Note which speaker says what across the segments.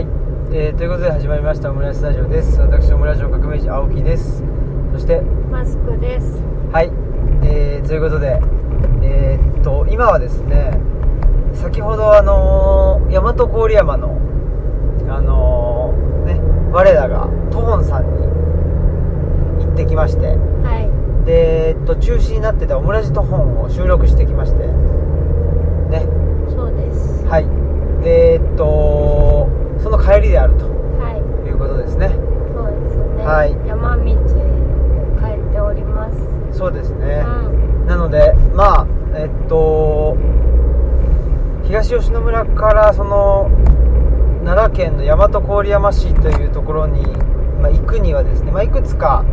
Speaker 1: いうことで始まりましたオムライスタジオです私オムライスの革命児青木ですそして
Speaker 2: マスクです。
Speaker 1: はい、えーということでえーっと今はですね先ほどあのー、大和郡山のあのー、ね我らがトホンさんに行ってきまして
Speaker 2: は
Speaker 1: でえーっと中止になってたオムラジトホンを収録してきましてね
Speaker 2: い、そうです。
Speaker 1: はいでえーっとその帰りであると
Speaker 2: はい、
Speaker 1: いうことですね
Speaker 2: そうですね。
Speaker 1: はい
Speaker 2: 山道を帰っております。
Speaker 1: そうですね、
Speaker 2: うん
Speaker 1: なのでまあえっと東吉野村からその奈良県の大和郡山市というところに、まあ、行くにはですね、まあ、いくつか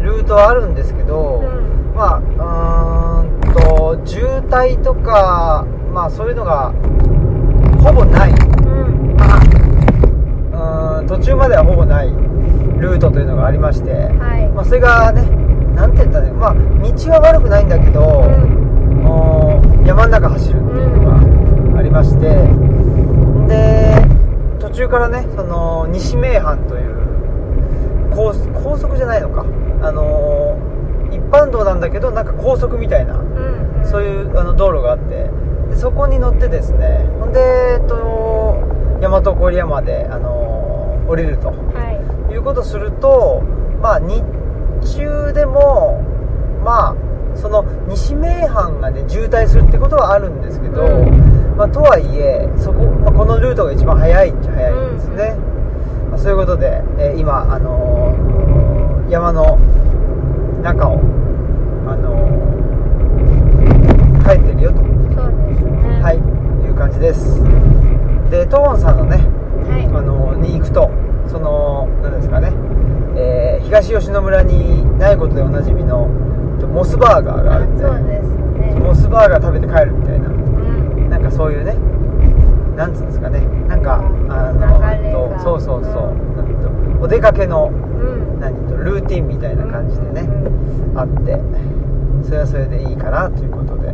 Speaker 1: ルートはあるんですけど、
Speaker 2: うん
Speaker 1: まあうーんと渋滞とか、まあ、そういうのがほぼない、
Speaker 2: うん、
Speaker 1: まあ、うーん途中まではほぼないルートというのがありまして、
Speaker 2: はい
Speaker 1: まあ、それがねなんて言ったらいいのまあ道は悪くないんだけど、
Speaker 2: うん、
Speaker 1: おー山の中走るっていうのがありまして、で途中からねその西名阪という高速高速じゃないのかあのー一般道なんだけどなんか高速みたいな
Speaker 2: うん、
Speaker 1: そう
Speaker 2: う
Speaker 1: いうあの道路があってでそこに乗ってですねほんで、えっと、大和郡山で、あのー降りると。
Speaker 2: ん、は
Speaker 1: いうことをすると、まあ、日中でも、まあ、その西名阪が、ね、渋滞するってことはあるんですけど、
Speaker 2: う
Speaker 1: まあ、とはいえそこ、まあ、このルートが一番早いっちゃ早いんですね、まあ、そういうことで、えー今、あのー山の中を、あのー帰ってるよと、
Speaker 2: い、そうですね。
Speaker 1: はい、いう感じですでトーンさんのね
Speaker 2: はい、
Speaker 1: あのに行くとその何ですかね、えー東吉野村にないことでおなじみのえっとモスバーガーがあるんで
Speaker 2: そうですね。
Speaker 1: モスバーガー食べて帰るみたいな
Speaker 2: うん、
Speaker 1: なんかそういうねなんつうんですかねなんかあ
Speaker 2: 流れ
Speaker 1: の
Speaker 2: が
Speaker 1: とそうそうそう
Speaker 2: う
Speaker 1: なんとお出かけの
Speaker 2: うん、
Speaker 1: 何とルーティンみたいな感じでねあってそれはそれでいいかなということで
Speaker 2: は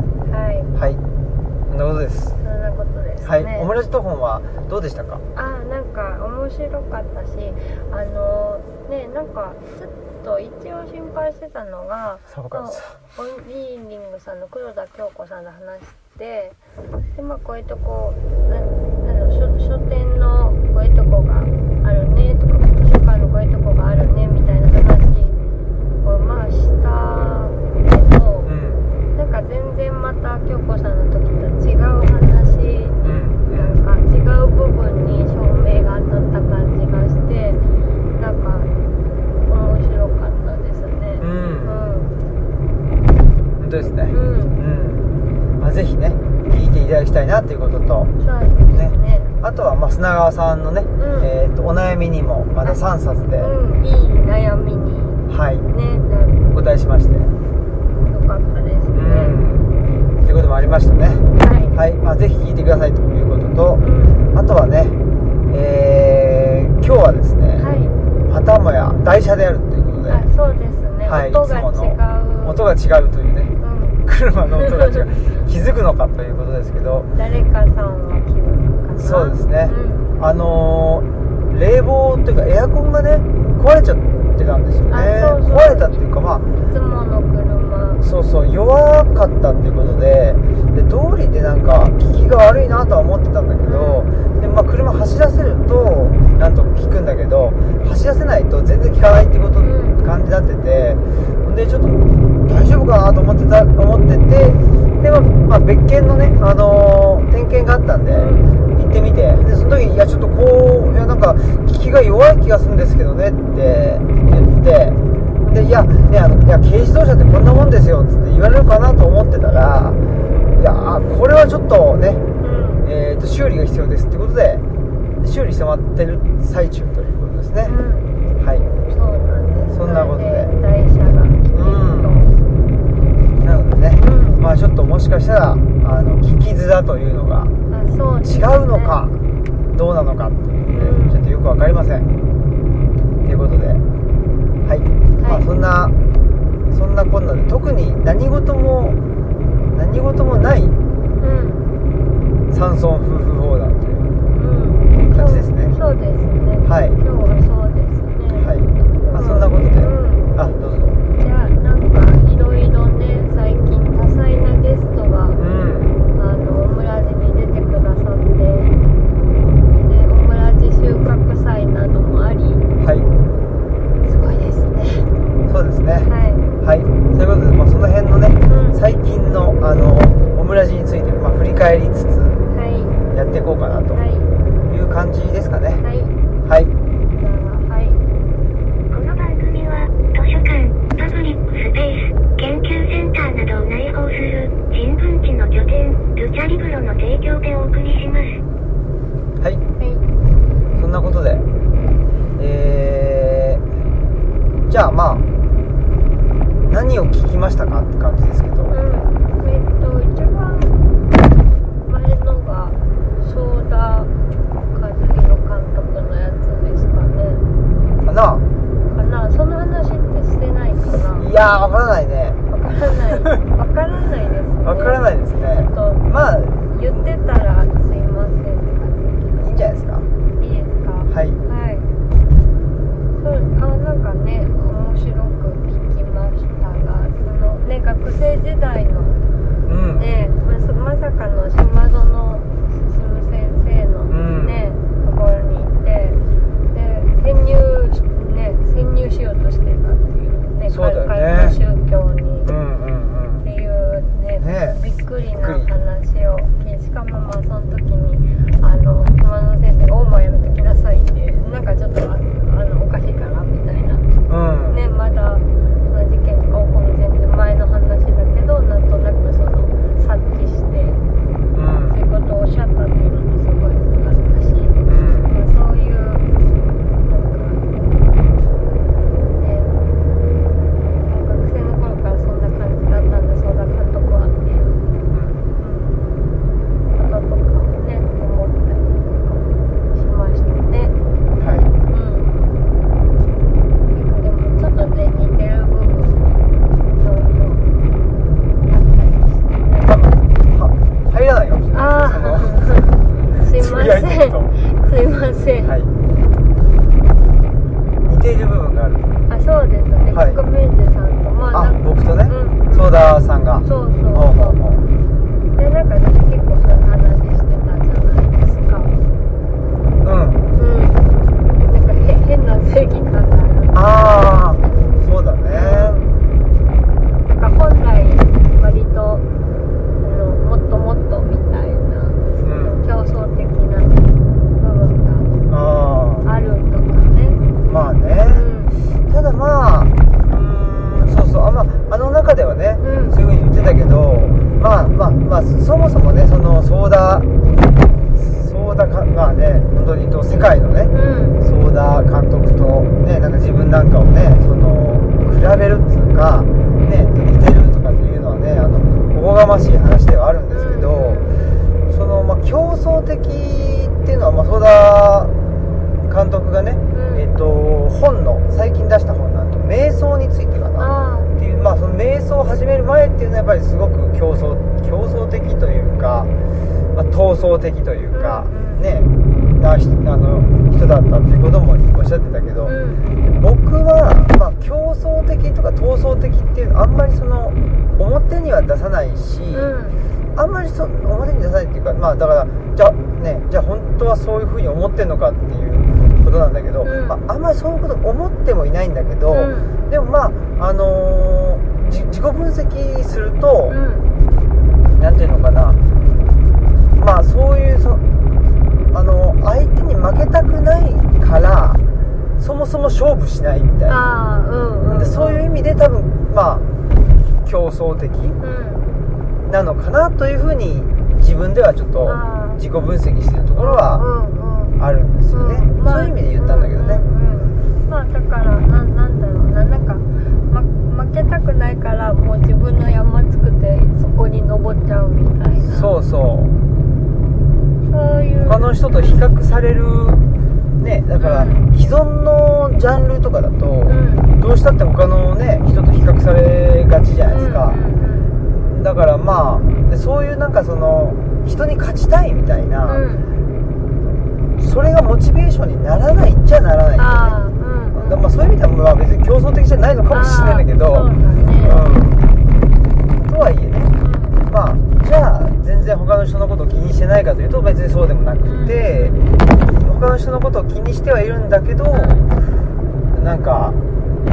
Speaker 2: い、
Speaker 1: はいそんなことです
Speaker 2: そんなことですね。
Speaker 1: はいオムラジト本はどうでしたか
Speaker 2: あーなんか面白かったしあのねなんかちょっと一応心配してたのが
Speaker 1: 寒かった
Speaker 2: まあオンリーリングさんの黒田京子さんの話でで、まあ、こういうとこななんだろう書書店のこういうとこがあるねとか図書館のこういうとこがあるねみたいな話をまあしたけど、
Speaker 1: うん
Speaker 2: なんか全然また京子さんの時と違う話
Speaker 1: うんう
Speaker 2: なんんか違う部分に照明が当たった感じがしてなんか面白かったですね
Speaker 1: う
Speaker 2: うんん
Speaker 1: 本当ですね
Speaker 2: うん
Speaker 1: うんまあ、ぜひね聞いていただきたいなということと
Speaker 2: そうですね
Speaker 1: あとはまあ砂川さんのね、
Speaker 2: ん
Speaker 1: えー、とお悩みにもまた3冊で、
Speaker 2: うんいい悩みに
Speaker 1: はい
Speaker 2: ねな
Speaker 1: お答えしましてうん
Speaker 2: よかったですね
Speaker 1: ということもありましたね
Speaker 2: はい
Speaker 1: はい、まあ、ぜひ聞いてくださいということと
Speaker 2: うん
Speaker 1: あとはねえー、今日はですね、
Speaker 2: は
Speaker 1: またもや台車であるということで
Speaker 2: いあそうですね
Speaker 1: はい
Speaker 2: 音が違う
Speaker 1: 音が違うという ね
Speaker 2: うん
Speaker 1: 車の音が違う気づくのかということですけど
Speaker 2: 誰かさんは気分かな
Speaker 1: そうですね
Speaker 2: うん
Speaker 1: あのー冷房というかエアコンがね壊れちゃってたんですよね
Speaker 2: あそうそう
Speaker 1: 壊れたっていうかま
Speaker 2: いつも
Speaker 1: あ
Speaker 2: の車
Speaker 1: そうそう弱かったっていうことでで道理でなんか効きが悪いなとは思ってたんだけどで、まあ、車走らせるとなんとか効くんだけど走らせないと全然効かないってこと
Speaker 2: うん
Speaker 1: 感じになっててでちょっと大丈夫かなと思ってた思っててで、まあまあ別件のね、あのー点検があったんで。行ってみてでその時「いやちょっとこういやなんか聞きが弱い気がするんですけどね」って言って「でいや,、ね、あのいや軽自動車ってこんなもんですよ」っつって言われるかなと思ってたら「いやあこれはちょっとね、
Speaker 2: うん
Speaker 1: えー、と修理が必要です」ってことで修理してもらってる最中ということですね
Speaker 2: う、ん
Speaker 1: はい
Speaker 2: そうなんです。
Speaker 1: そんなことで
Speaker 2: 台車が来てると。
Speaker 1: なのでね
Speaker 2: うん
Speaker 1: まあちょっともしかしたらあの聞きづらというのが
Speaker 2: あ、そうです
Speaker 1: 違
Speaker 2: ね
Speaker 1: うのか。どうなのかっていうの
Speaker 2: う
Speaker 1: でち
Speaker 2: ん
Speaker 1: ょっとよく分かりませんということではい、まあそんなそんなこんなで特に何事も何事もない
Speaker 2: うん。
Speaker 1: 山村夫婦横断という
Speaker 2: うん。
Speaker 1: 感じですね
Speaker 2: そうですね
Speaker 1: はい
Speaker 2: 今日はそうですね
Speaker 1: はい
Speaker 2: うん
Speaker 1: あそんなことで
Speaker 2: うん
Speaker 1: あどうぞ
Speaker 2: いやなんかいろいろね最近多彩なゲストが
Speaker 1: うん
Speaker 2: あのオムラジに出てくださって、ね、オムラジ収穫祭などもあり
Speaker 1: はい
Speaker 2: すごいですね
Speaker 1: そうですね
Speaker 2: は
Speaker 1: はいということで、まあ、その辺のね
Speaker 2: い、うん、
Speaker 1: 最近のあのオムラジについて、まあ、振り返りつつ
Speaker 2: は
Speaker 1: やっていこうかないと
Speaker 2: はい
Speaker 1: いう感じですかね
Speaker 2: はい
Speaker 1: はい
Speaker 2: じゃあはい
Speaker 3: この番組は図書館、パブリックスペース、研究センターなどを内包する人文地の拠点、ルチャリブロの提供でお送りします。
Speaker 1: はい
Speaker 2: はい
Speaker 1: そんなことでえー、じゃあまあ何を聞きましたかって感じですけど
Speaker 2: うんえっと一番前のがソーダ和弘監督のやつですかね
Speaker 1: かな
Speaker 2: かなその話ってしてないかない
Speaker 1: やーわからないね
Speaker 2: わからないわからないですね
Speaker 1: わからないです
Speaker 2: ちょ
Speaker 1: ね
Speaker 2: っと
Speaker 1: まあい
Speaker 2: 言ってたらすいませんって感
Speaker 1: いんじゃないですか
Speaker 2: じいいですか
Speaker 1: はい
Speaker 2: はいそうあなんかね面白く聞きましたがそのね学生時代の
Speaker 1: うん、
Speaker 2: ねまさまさかの島園進先生の
Speaker 1: うん
Speaker 2: ね、ところに行ってで潜入しね潜入しようとしてたっていうね
Speaker 1: そうだよね
Speaker 2: 彼の宗教に
Speaker 1: うんう
Speaker 2: っ
Speaker 1: んうん
Speaker 2: ていうね
Speaker 1: ね
Speaker 2: びっくりな話を聞いしかもまあその時にあの熊野先生が「大間やめときなさい」ってなんかちょっとああのおかしいかなみたいな
Speaker 1: うん、
Speaker 2: ねまだその事件が起こる全然前の話だけどなんとなくその察知して
Speaker 1: うん
Speaker 2: そういうことをおっしゃったっていうのもすごい難しい
Speaker 1: うん
Speaker 2: そういうなんかね学生の頃からそんな感じだったんでそうだ監督はっていう。こととかをね思ったりとかしましたね。
Speaker 1: は
Speaker 2: うん。なんかでもちょっとね似てる部分もいろいろあったりしてね。
Speaker 1: いは入らないかもしれない
Speaker 2: ああ、すい
Speaker 1: そのつ
Speaker 2: ま
Speaker 1: ぶやいて
Speaker 2: せ
Speaker 1: る
Speaker 2: ん
Speaker 1: と。
Speaker 2: すいません。
Speaker 1: はい似ている部分がある
Speaker 2: あ、そうですね。
Speaker 1: はい
Speaker 2: コメンジさんとまあな
Speaker 1: あ
Speaker 2: んか
Speaker 1: 僕とね、
Speaker 2: うん
Speaker 1: ソーダさんが
Speaker 2: そうそう
Speaker 1: ほうほう
Speaker 2: そ
Speaker 1: ほ
Speaker 2: う。でなんかね結構そういう話してたじゃないですか。
Speaker 1: ううん
Speaker 2: うん。なんかへ変な正義感がある。
Speaker 1: ああそうだ
Speaker 2: な
Speaker 1: ね
Speaker 2: んか本来割とあのもっともっとみたいな、その競争的な部分
Speaker 1: あ
Speaker 2: があるとかね、
Speaker 1: あまあね
Speaker 2: う、ん、
Speaker 1: ただまあうーんそうそうあ,、まあ、あの中ではね、
Speaker 2: うん
Speaker 1: そういうふうに言ってたけどまあまあまあそもそもねそのソーダソーダかまあね本当にと世界のね
Speaker 2: うん、
Speaker 1: ソーダ監督とねなんか自分なんかをねその比べるっていうかね似てるとかっていうのはねあのおこがましい話ではあるんですけど、そのまあ競争的っていうのはまあソーダ監督がね、
Speaker 2: ん
Speaker 1: えっと本の最近出した本なんと瞑想についてかな
Speaker 2: あ
Speaker 1: っていうまあその瞑想を始める前っていうのはやっぱりすごく競争競争的というか、まあ、闘争的というか、
Speaker 2: うんうん
Speaker 1: ねなひあの人だったっていうこともおっしゃってたけ
Speaker 2: あ、
Speaker 1: ど、
Speaker 2: うん、
Speaker 1: 僕は、まあ、競争的とか闘争的っていうのあんまりその表には出さないし、
Speaker 2: うん、
Speaker 1: あんまりそ表に出さないっていうかまあだからじゃあねじゃあ本当はそういうふうに思ってんのかっていうことなんだけど、
Speaker 2: うん
Speaker 1: まあ、あんまりそういうこと思ってもいないんだけど、
Speaker 2: うん
Speaker 1: でもまああのーじ自己分析すると
Speaker 2: う、ん、
Speaker 1: なんていうのかなまあそういうそあの相手に負けたくないからそもそも勝負しないみたいな
Speaker 2: ああ、うん、うん、
Speaker 1: でそういう意味で多分まあ競争的
Speaker 2: うん、
Speaker 1: なのかなというふうに自分ではちょっと
Speaker 2: あー
Speaker 1: 自己分析してるところは
Speaker 2: うん、うん。
Speaker 1: あるんですよね、
Speaker 2: んまあ
Speaker 1: そういう意味で言ったんだけどね、
Speaker 2: うんうんまあだからななんだろうななんか、ま、負けたくないからもう自分の山作ってそこに登っちゃうみたいな
Speaker 1: そうそう
Speaker 2: そういう
Speaker 1: 他の人と比較されるねだから
Speaker 2: うん
Speaker 1: 既存のジャンルとかだと、
Speaker 2: うん
Speaker 1: どうしたって他のね人と比較されがちじゃないですか、
Speaker 2: うん
Speaker 1: だからまあでそういうなんかその人に勝ちたいみたい
Speaker 2: うんう
Speaker 1: な、
Speaker 2: ん
Speaker 1: それがモチベーションにならないっちゃならないんだよね
Speaker 2: ああうんう
Speaker 1: だか
Speaker 2: ん
Speaker 1: らまあそういう意味ではまあ別に競争的じゃないのかもしれないんだけど
Speaker 2: あーそうだね
Speaker 1: うんとはいえねまあじゃあ全然他の人のことを気にしてないかというと別にそうでもなくて、他の人のことを気にしてはいるんだけど、なんか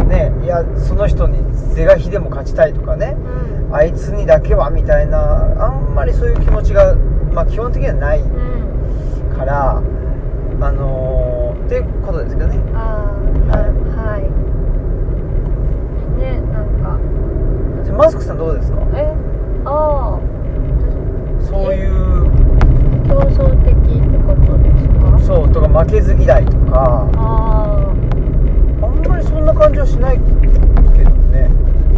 Speaker 1: ねいやその人に是が非でも勝ちたいとかね
Speaker 2: うんうん
Speaker 1: あいつにだけはみたいなあんまりそういう気持ちが、まあ、基本的にはない
Speaker 2: うん
Speaker 1: からあのー、っていうことですけどね
Speaker 2: あーはいねなんか
Speaker 1: でマスクさんどうですか
Speaker 2: えああ
Speaker 1: そういう
Speaker 2: 競争的ってことですか
Speaker 1: そうとか負けず嫌いとか
Speaker 2: ああ
Speaker 1: あんまりそんな感じはしないけどね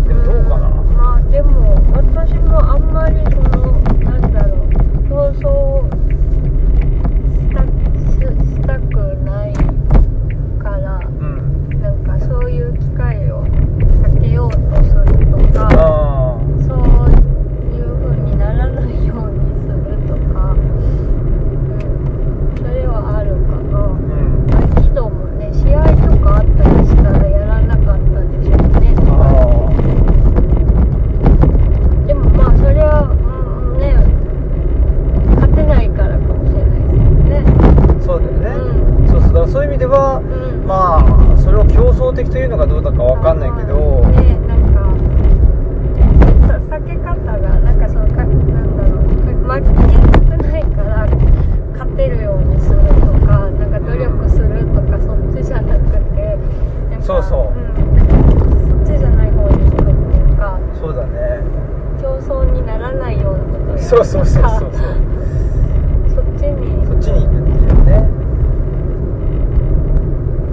Speaker 1: でもどうかな、
Speaker 2: んまあでも私もあんまりそのなんだろう競争をしたししたくないから
Speaker 1: うん、
Speaker 2: なんかそういう機会を避けようとするとか
Speaker 1: あ
Speaker 2: そういう風にならないようにするとか、うん、それはあるかな
Speaker 1: ーうん
Speaker 2: 合気道もね試合とかあったりしたらやらなかったでしょうね
Speaker 1: あ
Speaker 2: でもまあそれは、うん、ね勝てないからかもしれないです
Speaker 1: ーそうだよね、
Speaker 2: けどね
Speaker 1: そうそうだからそういう意味では
Speaker 2: うんうん
Speaker 1: まあそれを競争的というのかどうだかわかんないけど、
Speaker 2: あーねなんかさ避け方がなんかそのかなんだろうか負けたくないから勝てるようにするとかなんか努力するとか、そっちじゃなくてなんか
Speaker 1: そうそう
Speaker 2: うん、そっちじゃない方に行くっていうか
Speaker 1: そうだね
Speaker 2: 競争にならないようなことをやると
Speaker 1: そう
Speaker 2: か
Speaker 1: そうそうそうそう
Speaker 2: そっちに
Speaker 1: そっちに行くっていうね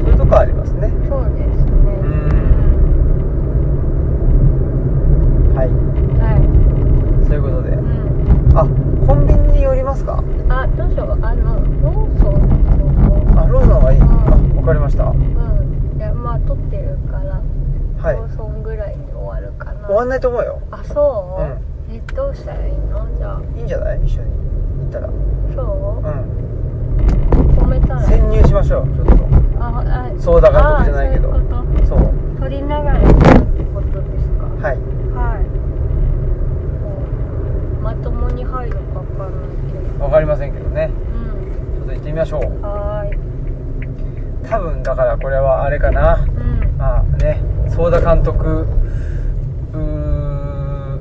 Speaker 1: そういうとこありますね
Speaker 2: そうですね。
Speaker 1: んはい
Speaker 2: はい。
Speaker 1: そういうことで
Speaker 2: うん。
Speaker 1: あコンビニに寄りますか
Speaker 2: あ、どうしよう。あのローソンの
Speaker 1: あローソンはいいあ
Speaker 2: うん
Speaker 1: わかりましたは
Speaker 2: うん。いやまあ取ってるから、
Speaker 1: い
Speaker 2: ローソンぐらいに終わるかな。
Speaker 1: 終わんないと思うよ
Speaker 2: あ、そう。
Speaker 1: う
Speaker 2: え、どうしたらいいの？じゃあ、
Speaker 1: いいんじゃない一緒に行ったら
Speaker 2: そう。
Speaker 1: うん
Speaker 2: 褒めたら。
Speaker 1: 潜入しましょうちょっ
Speaker 2: あ、あ、
Speaker 1: と相談監督じゃないけど
Speaker 2: あそういうこ
Speaker 1: そう
Speaker 2: と取りながらやるってことですか。
Speaker 1: はい
Speaker 2: はい。こうまともに入るかわかんないけど。
Speaker 1: わかりませんけどねち
Speaker 2: う。
Speaker 1: ょっと行ってみましょうん
Speaker 2: はーい。
Speaker 1: 多分だからこれはあれかな
Speaker 2: うん。
Speaker 1: まあね相田監督うー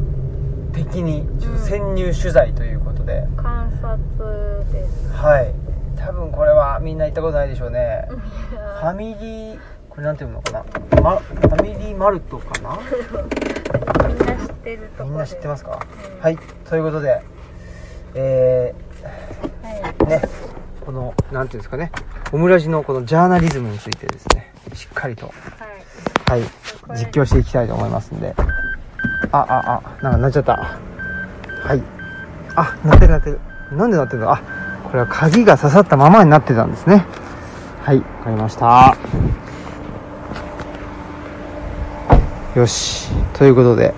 Speaker 1: 的にちょっと潜入取材ということで、
Speaker 2: 観察です。
Speaker 1: はい多分これはみんな行ったことないでしょうね、ファ
Speaker 2: は
Speaker 1: ミリーこれなんていうのかな、ま、ファミリーマルトか な
Speaker 2: みんな知ってるところ。
Speaker 1: みんな知ってますか、
Speaker 2: うん
Speaker 1: はいということでえ
Speaker 2: はい。
Speaker 1: ー、ねこのなんていうんですかねオムラジのこのジャーナリズムについてですねしっかりと
Speaker 2: は
Speaker 1: は
Speaker 2: い。
Speaker 1: い、実況していきたいと思いますんで。あ、あ、あ、なんかなっちゃった。はい。あ、なってるなってる。なんでなってるのあ、これは鍵が刺さったままになってたんですね。はい、わかりました。よし。ということで。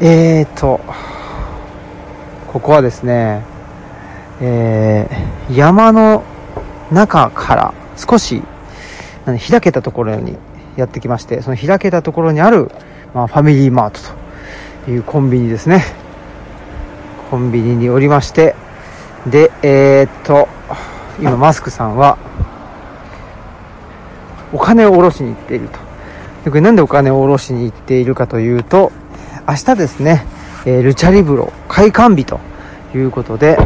Speaker 1: えーと、ここはですね、えー、山の中から少しなんで開けたところにやってきまして、その開けたところにある、まあ、ファミリーマートというコンビニですね。コンビニにおりまして、で、えーっと、今マスクさんは、お金を下ろしに行っていると。でこれなんでお金を下ろしに行っているかというと、明日ですね、えールチャリブロ開館日ということで、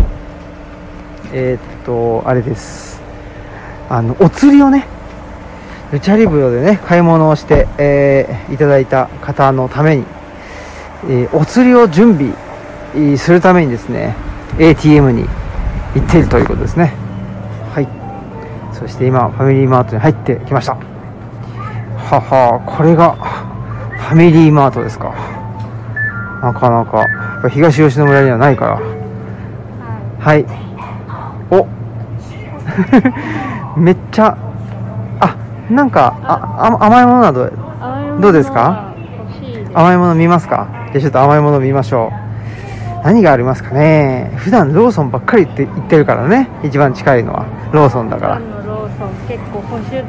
Speaker 1: えーっと、あれです。あの、お釣りをね、ルチャリブロでね、買い物をして、えーいただいた方のために、えーお釣りを準備えーするためにですね、ATM に行っているということですね。はい。そして今、ファミリーマートに入ってきました。ははこれが、ファミリーマートですか。なかなか、やっぱ東吉野村にはないから。はい。お めっちゃ、あ、なんか、あ、あ甘いものなど、
Speaker 2: はい。
Speaker 1: どうですか
Speaker 2: 欲しいです。
Speaker 1: 甘いもの見ますかじゃあちょっと甘いもの見ましょう。何がありますかね普段ローソンばっかりって言ってるからね一番近いのはローソンだから
Speaker 2: 今のローソン結構保守的じ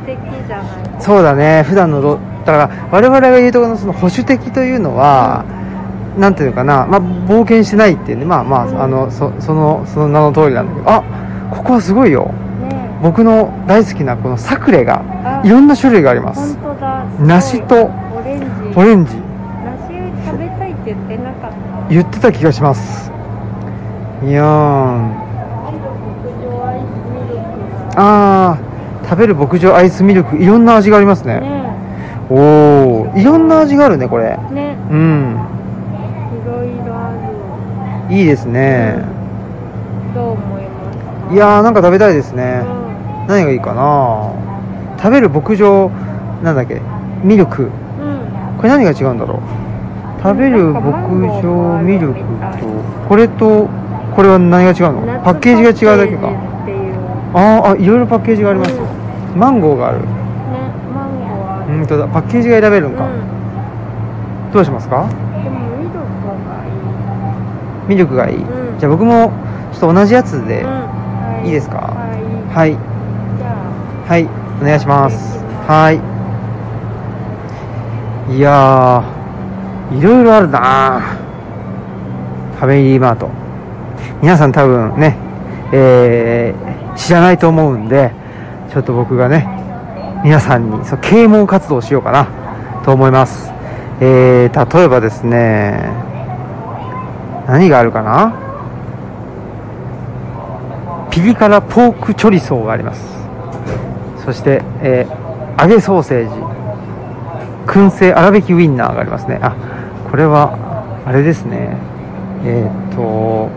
Speaker 2: ゃない
Speaker 1: そうだね普段のロだから我々が言うところのその保守的というのは、なんていうのかな、まあ、冒険してないっていうねまあまああのそそのその名の通りなんだけどあここはすごいよ
Speaker 2: ね
Speaker 1: 僕の大好きなこのサクレが
Speaker 2: あ
Speaker 1: いろんな種類があります
Speaker 2: 本当だすごい
Speaker 1: 梨と
Speaker 2: オレンジ
Speaker 1: オレンジ
Speaker 2: 梨食べたいって言ってなかった
Speaker 1: 言ってた気がしますいやーん
Speaker 2: 牧場アイス
Speaker 1: あー食べる牧場アイスミルクいろんな味がありますね
Speaker 2: ミル
Speaker 1: おおいろんな味があるねこれ
Speaker 2: クがねね
Speaker 1: うん
Speaker 2: いろいろあ
Speaker 1: いいですね
Speaker 2: るどう思いますか
Speaker 1: いやーなんか食べたいですね
Speaker 2: う
Speaker 1: 何がいいかな食べる牧場なんだっけミルク
Speaker 2: んうん
Speaker 1: これ何が違うんだろう食べる牧場ミルクとこれとこれは何が違うのパッケージが違うだけか
Speaker 2: っていう
Speaker 1: あーあいろいろパッケージがありますよ
Speaker 2: うん
Speaker 1: マンゴーがある
Speaker 2: ねマンゴーはある
Speaker 1: うんとだパッケージが選べるんか、
Speaker 2: う
Speaker 1: どうしますか
Speaker 2: んでもミルクがいい
Speaker 1: ミルクがいい、
Speaker 2: うん
Speaker 1: じゃあ僕もちょっと同じやつで、
Speaker 2: うんはい
Speaker 1: いですか
Speaker 2: はい
Speaker 1: はい
Speaker 2: じゃ
Speaker 1: はいお願いしますはいいやーいろいろあるなファミリーマート皆さん多分ねえー知らないと思うんでちょっと僕がね皆さんにそう啓蒙活動をしようかなと思いますえー、例えばですね何があるかなピリ辛ポークチョリソーがありますそして、えー揚げソーセージ燻製粗挽きウインナーがありますねあこれはあれですねえーっと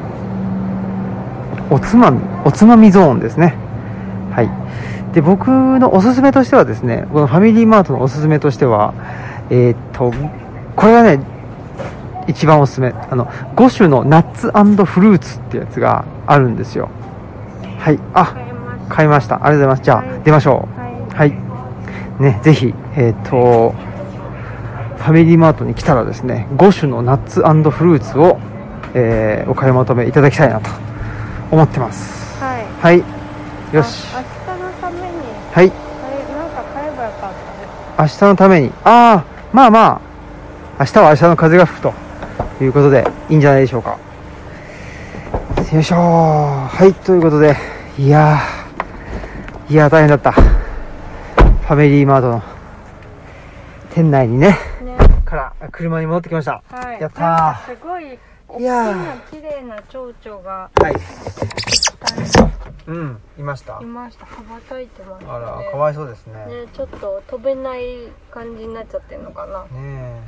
Speaker 1: おつまみおつまみゾーンですねはいで僕のおすすめとしてはですねこのファミリーマートのおすすめとしてはえーっとこれがね一番おすすめあの5種のナッツフルーツってやつがあるんですよはい
Speaker 2: あ
Speaker 1: あ
Speaker 2: 買えました
Speaker 1: 買いましたありがとうございますじゃあ、
Speaker 2: はい
Speaker 1: 出ましょう
Speaker 2: はい
Speaker 1: はい。ね、ぜひ、えっ、と、ファミリーマートに来たらですね、5種のナッツフルーツを、えーお買い求めいただきたいなと思ってます。
Speaker 2: はい
Speaker 1: はい。よし。
Speaker 2: あ明日のために
Speaker 1: はい。
Speaker 2: あれなんか買えばよかったね
Speaker 1: 明日のために、ああ、まあまあ、明日は明日の風が吹くということで、いいんじゃないでしょうか。よいしょー。はい、ということで、いやー、いやー大変だった。ファミリーマートの店内にね、
Speaker 2: ね
Speaker 1: から車に戻ってきました。
Speaker 2: はい
Speaker 1: やったー
Speaker 2: なんかすごい大き
Speaker 1: いやー
Speaker 2: な綺麗な蝶々が
Speaker 1: はい。
Speaker 2: 二人
Speaker 1: うん、いました
Speaker 2: い。ました羽ばたいてますね
Speaker 1: あら、かわいそうですね。ね
Speaker 2: ねちょっと飛べない感じになっちゃってるのかな
Speaker 1: え、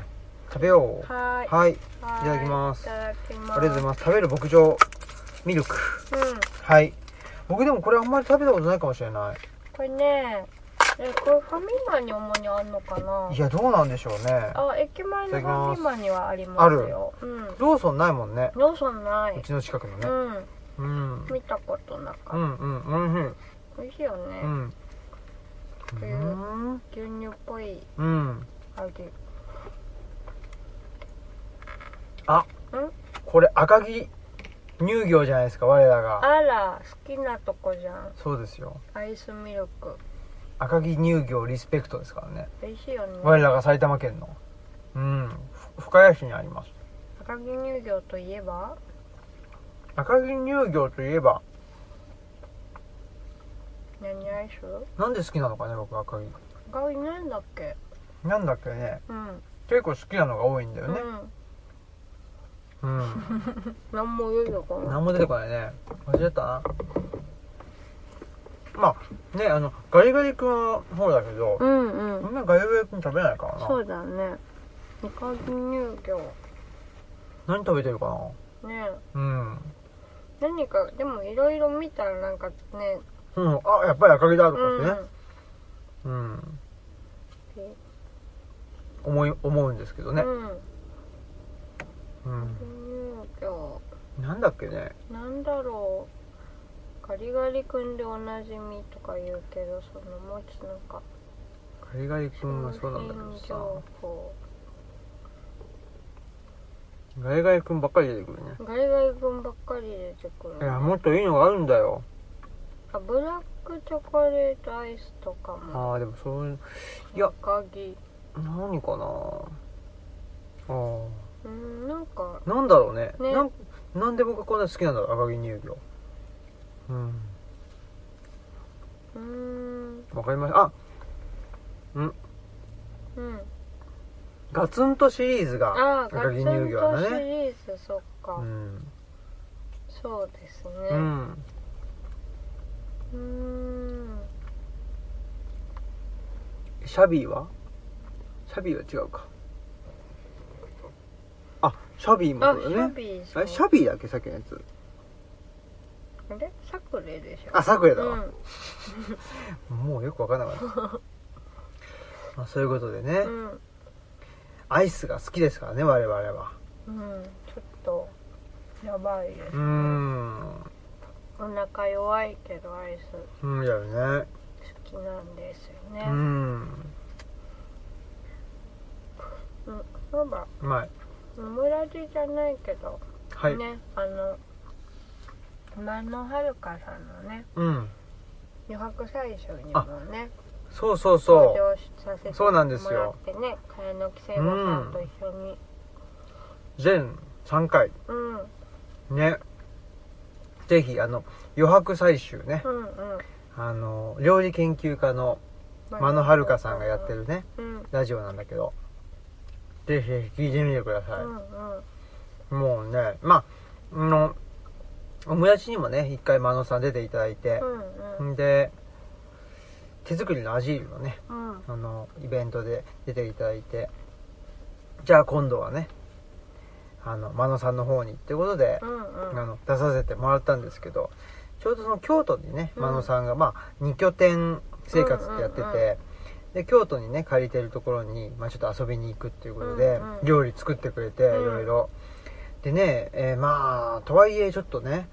Speaker 1: 食べよう。
Speaker 2: はーい
Speaker 1: はい、い
Speaker 2: はー
Speaker 1: ただきます
Speaker 2: い。ただきます
Speaker 1: ありがとうございます。食べる牧場、ミルク。
Speaker 2: うん
Speaker 1: はい。僕でもこれあんまり食べたことないかもしれない。
Speaker 2: これねえこれファミマに主にあんのかない
Speaker 1: や、どうなんでしょうね。
Speaker 2: あ駅前のファミマにはあり
Speaker 1: あ
Speaker 2: ます
Speaker 1: る
Speaker 2: ようん
Speaker 1: ローソンないもんね。
Speaker 2: ローソンないう
Speaker 1: ちの近くのね
Speaker 2: う。ん
Speaker 1: うん。
Speaker 2: 見たことな
Speaker 1: う
Speaker 2: かっ
Speaker 1: んうん、おいしい。
Speaker 2: た美味しいよね
Speaker 1: うん。
Speaker 2: う
Speaker 1: うん。
Speaker 2: 牛乳っぽい
Speaker 1: うん。
Speaker 2: 味
Speaker 1: これ赤木乳業じゃないですか、我らが。
Speaker 2: あら好きなとこじゃん
Speaker 1: そうですよ。
Speaker 2: アイスミルク
Speaker 1: 赤木乳業リスペクトですからね。
Speaker 2: 美味しいよね
Speaker 1: 我らが埼玉県の。うん。ふ深谷市にあります。
Speaker 2: 赤城乳業といえば
Speaker 1: 赤木乳業といえば、
Speaker 2: 何アイス
Speaker 1: なんで好きなのかね、僕赤木。
Speaker 2: がいないんだっけ
Speaker 1: なんだっけね。
Speaker 2: うん
Speaker 1: 結構好きなのが多いんだよ
Speaker 2: う
Speaker 1: ね。
Speaker 2: ん
Speaker 1: うん
Speaker 2: 何も言うよこの
Speaker 1: 何も出てこないね間違ったなまあねあのガリガリ君はそうだけど
Speaker 2: うんうん
Speaker 1: みんなガリガリ君食べないから
Speaker 2: そ
Speaker 1: な
Speaker 2: うだね赤城乳業
Speaker 1: 何食べてるか
Speaker 2: ね
Speaker 1: なうん
Speaker 2: 何かでもいろいろ見たらなんかね
Speaker 1: うん、あやっぱり赤木だと
Speaker 2: う
Speaker 1: か
Speaker 2: ん
Speaker 1: ってね、うん思い思うんですけど
Speaker 2: う
Speaker 1: ね、
Speaker 2: ん
Speaker 1: うん、
Speaker 2: 乳業
Speaker 1: なんだっけね
Speaker 2: なんだろうガリガリ君でおなじみとか言うけどそのもうちょっとなんか
Speaker 1: ガリガリ君もそうなんだけど
Speaker 2: 商品情
Speaker 1: さ
Speaker 2: 報
Speaker 1: ガイガイ君ばっかり出てくるね
Speaker 2: ガイガイ君ばっかり出てく
Speaker 1: い
Speaker 2: る
Speaker 1: やもっといいのがあるんだよ
Speaker 2: あブラックチョコレートアイスとか
Speaker 1: あ
Speaker 2: も
Speaker 1: あでもそういういや
Speaker 2: 赤木
Speaker 1: 何かなあー
Speaker 2: うんなんか
Speaker 1: なんだろうね
Speaker 2: ね
Speaker 1: なんなんで僕こんなに好きなんだろう赤城乳業うん
Speaker 2: うーん
Speaker 1: わかりましたあ
Speaker 2: うん
Speaker 1: ガツンとシリーズが
Speaker 2: ああ
Speaker 1: 赤
Speaker 2: ガ
Speaker 1: 城
Speaker 2: チ
Speaker 1: 乳
Speaker 2: ン
Speaker 1: 業
Speaker 2: と
Speaker 1: だ
Speaker 2: シ
Speaker 1: ね
Speaker 2: リーズそっか、
Speaker 1: うん、
Speaker 2: そうですね
Speaker 1: うん、
Speaker 2: うーん
Speaker 1: シャビーはシャビーは違うかあシャビーも
Speaker 2: あ
Speaker 1: そ
Speaker 2: シ
Speaker 1: うだ
Speaker 2: ャ
Speaker 1: ね
Speaker 2: ビー
Speaker 1: あ
Speaker 2: さん
Speaker 1: れシャビーだっけさっきのやつ
Speaker 2: あれサクレでしょ
Speaker 1: あサクレだ
Speaker 2: う
Speaker 1: わ、
Speaker 2: ん
Speaker 1: もうよくわからなかった まあそういうことでね、
Speaker 2: うん
Speaker 1: アイスが好きですからね我々は
Speaker 2: うんちょっとやばいです
Speaker 1: うーん
Speaker 2: お腹弱いけどアイス
Speaker 1: うんだよね
Speaker 2: 好きなんですよね
Speaker 1: う、ん
Speaker 2: うん、そうだ
Speaker 1: うまい
Speaker 2: オムラジじゃないけど、
Speaker 1: はい、
Speaker 2: ねあの前野遥さんのね
Speaker 1: うん
Speaker 2: 余白採集にもね
Speaker 1: そうそう
Speaker 2: 登
Speaker 1: そう
Speaker 2: 場させて
Speaker 1: そうなんです
Speaker 2: もら
Speaker 1: よ
Speaker 2: ってね茅野木聖子さんと一緒に
Speaker 1: 全3回
Speaker 2: うんうん
Speaker 1: ねぜひあの余白採集ね
Speaker 2: うん
Speaker 1: あの料理研究家の間野遥さんがやってるね
Speaker 2: うんうん
Speaker 1: ラジオなんだけどぜひぜひ聞いてみてください、
Speaker 2: うん
Speaker 1: もうねまああのオムラジにもね一回間野さん出ていただいて
Speaker 2: う、んうん
Speaker 1: ん、で手作りのアジールのね
Speaker 2: うん
Speaker 1: あのイベントで出ていただいてじゃあ今度はねあの間野さんの方にってことで、
Speaker 2: うん
Speaker 1: あの出させてもらったんですけどちょうどその京都にね
Speaker 2: うん
Speaker 1: 真野さんが、まあ、2拠点生活ってやってて、
Speaker 2: うんうんう
Speaker 1: で京都にね借りてるところに、まあ、ちょっと遊びに行くっていうことで、
Speaker 2: うんうん
Speaker 1: 料理作ってくれてい
Speaker 2: うん
Speaker 1: ろいろでね、えーまあとはいえちょっとね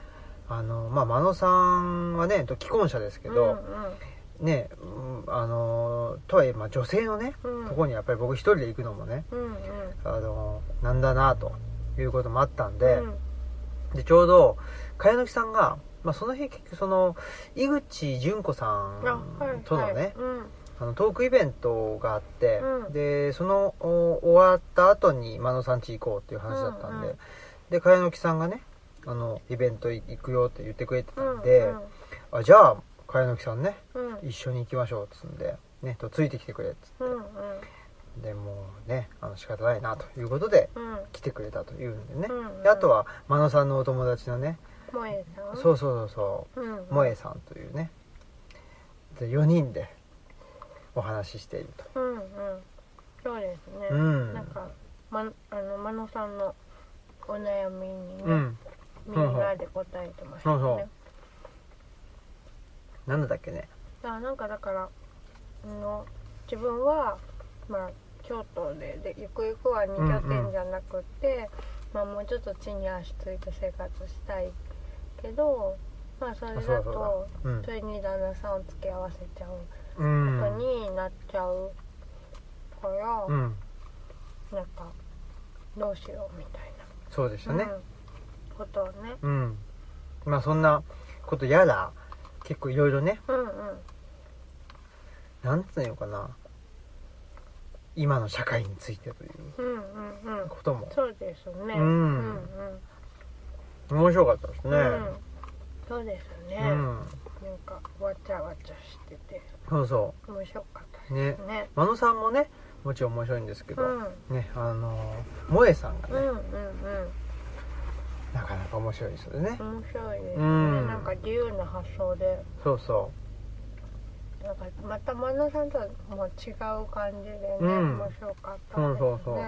Speaker 1: あの、まあ、真野さんはねえっと既婚者ですけ
Speaker 2: うん
Speaker 1: ど、ねうんあのとはいえ、まあ、女性のね、
Speaker 2: うん
Speaker 1: とこにやっぱり僕一人で行くのもね
Speaker 2: うんうんうん
Speaker 1: あのなんだなということもあったんで、
Speaker 2: うん
Speaker 1: でちょうど茅野木さんが、まあ、その日結局その井口純子さ
Speaker 2: あはいはい
Speaker 1: んとのね、
Speaker 2: うん
Speaker 1: あのトークイベントがあって、
Speaker 2: うん
Speaker 1: でそのお終わった後に真野さん家行こうっていう話だったんで、
Speaker 2: うんうん
Speaker 1: で茅野木さんがねあのイベント行くよって言ってくれてた
Speaker 2: うん
Speaker 1: んで、あじゃあ茅野木さんね
Speaker 2: うん
Speaker 1: 一緒に行きましょうっつうんで、ね、とついてきてくれっつ
Speaker 2: うんうん
Speaker 1: ってでもうねあの仕方ないなということで
Speaker 2: うん
Speaker 1: 来てくれたというんでね、
Speaker 2: うんうん
Speaker 1: であとは真野さんのお友達のね
Speaker 2: 萌えさん
Speaker 1: そうそうそうそう
Speaker 2: うん
Speaker 1: 萌えさんというねで4人でお話ししていると
Speaker 2: うんうんそうですね、
Speaker 1: うん
Speaker 2: なんか、ま、あの真野さんのお悩みにね、
Speaker 1: うん
Speaker 2: みんなで答えてました
Speaker 1: そ
Speaker 2: ね、
Speaker 1: うそう何だっけね
Speaker 2: だからなんかだからあの自分は、まあ、京都ででゆくゆくは二拠点じゃなくて、まあ、もうちょっと地に足ついて生活したいけど、まあ、それだ
Speaker 1: あそうだ
Speaker 2: と
Speaker 1: そうだうん
Speaker 2: それに旦那さんを付け合わせちゃう
Speaker 1: う
Speaker 2: こと
Speaker 1: ん
Speaker 2: になっちゃうから、
Speaker 1: うん
Speaker 2: なんかどうしようみたいな。
Speaker 1: そうでしたね
Speaker 2: うん、ことをね
Speaker 1: うんまあそんなことやら結構いろいろね
Speaker 2: うんうん
Speaker 1: なんつうのかな今の社会についてという
Speaker 2: うんうんうん
Speaker 1: ことも
Speaker 2: そうですね
Speaker 1: うん
Speaker 2: うん
Speaker 1: 面白かったです
Speaker 2: う
Speaker 1: ね
Speaker 2: んうんそうですね、
Speaker 1: う
Speaker 2: なん
Speaker 1: ん
Speaker 2: かわちゃわちゃしてて
Speaker 1: そうそ
Speaker 2: 面白かった
Speaker 1: うね
Speaker 2: ですね
Speaker 1: 真野さんもねもちろん面白いんですけ
Speaker 2: う
Speaker 1: ど、
Speaker 2: ん
Speaker 1: ねあの萌えさんが
Speaker 2: う
Speaker 1: ね、
Speaker 2: んうん
Speaker 1: なかなか面白いですよね、
Speaker 2: うん面白いですね、
Speaker 1: うん
Speaker 2: なんか自由な発想で
Speaker 1: そうそ
Speaker 2: なんかまた真野さんとはもう違う感じでね、
Speaker 1: うん
Speaker 2: 面白かったですね
Speaker 1: そうそう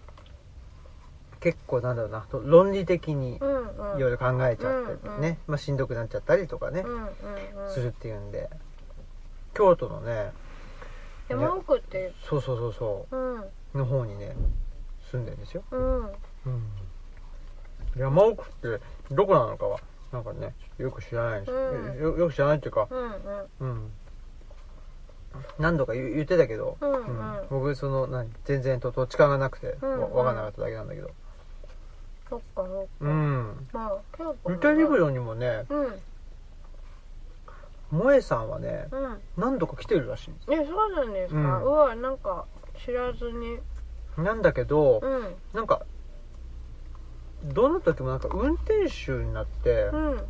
Speaker 1: う結構なんだろうなと論理的に
Speaker 2: うんうん
Speaker 1: いろいろ考えちゃってね、
Speaker 2: うんうん
Speaker 1: まあ、しんどくなっちゃったりとかね
Speaker 2: う、んうんうん
Speaker 1: するっていうんで京都のね
Speaker 2: 山奥って
Speaker 1: そうそうそうそ
Speaker 2: うん
Speaker 1: うの方にね住んでるんですよ、
Speaker 2: うん
Speaker 1: うん、山奥ってどこなのかはなんかねよく知らないんですよ,、
Speaker 2: うん
Speaker 1: よよく知らないっていうか、
Speaker 2: うんうん
Speaker 1: うん、何度か言う言ってたけど、
Speaker 2: うんうん
Speaker 1: 僕その何全然と土地勘がなくて、
Speaker 2: うんうん
Speaker 1: わ分かんなかっただけなんだけど、
Speaker 2: そっかそっか、
Speaker 1: うん
Speaker 2: まあ京子もね
Speaker 1: ルチャリブロにもね
Speaker 2: うん
Speaker 1: 萌えさんはね
Speaker 2: うん
Speaker 1: 何度か来てるらしいんです
Speaker 2: えそうなんですか、う
Speaker 1: うん
Speaker 2: わなんか知らずに
Speaker 1: なんだけど
Speaker 2: うん
Speaker 1: なんかどの時もなんか運転手になって
Speaker 2: うん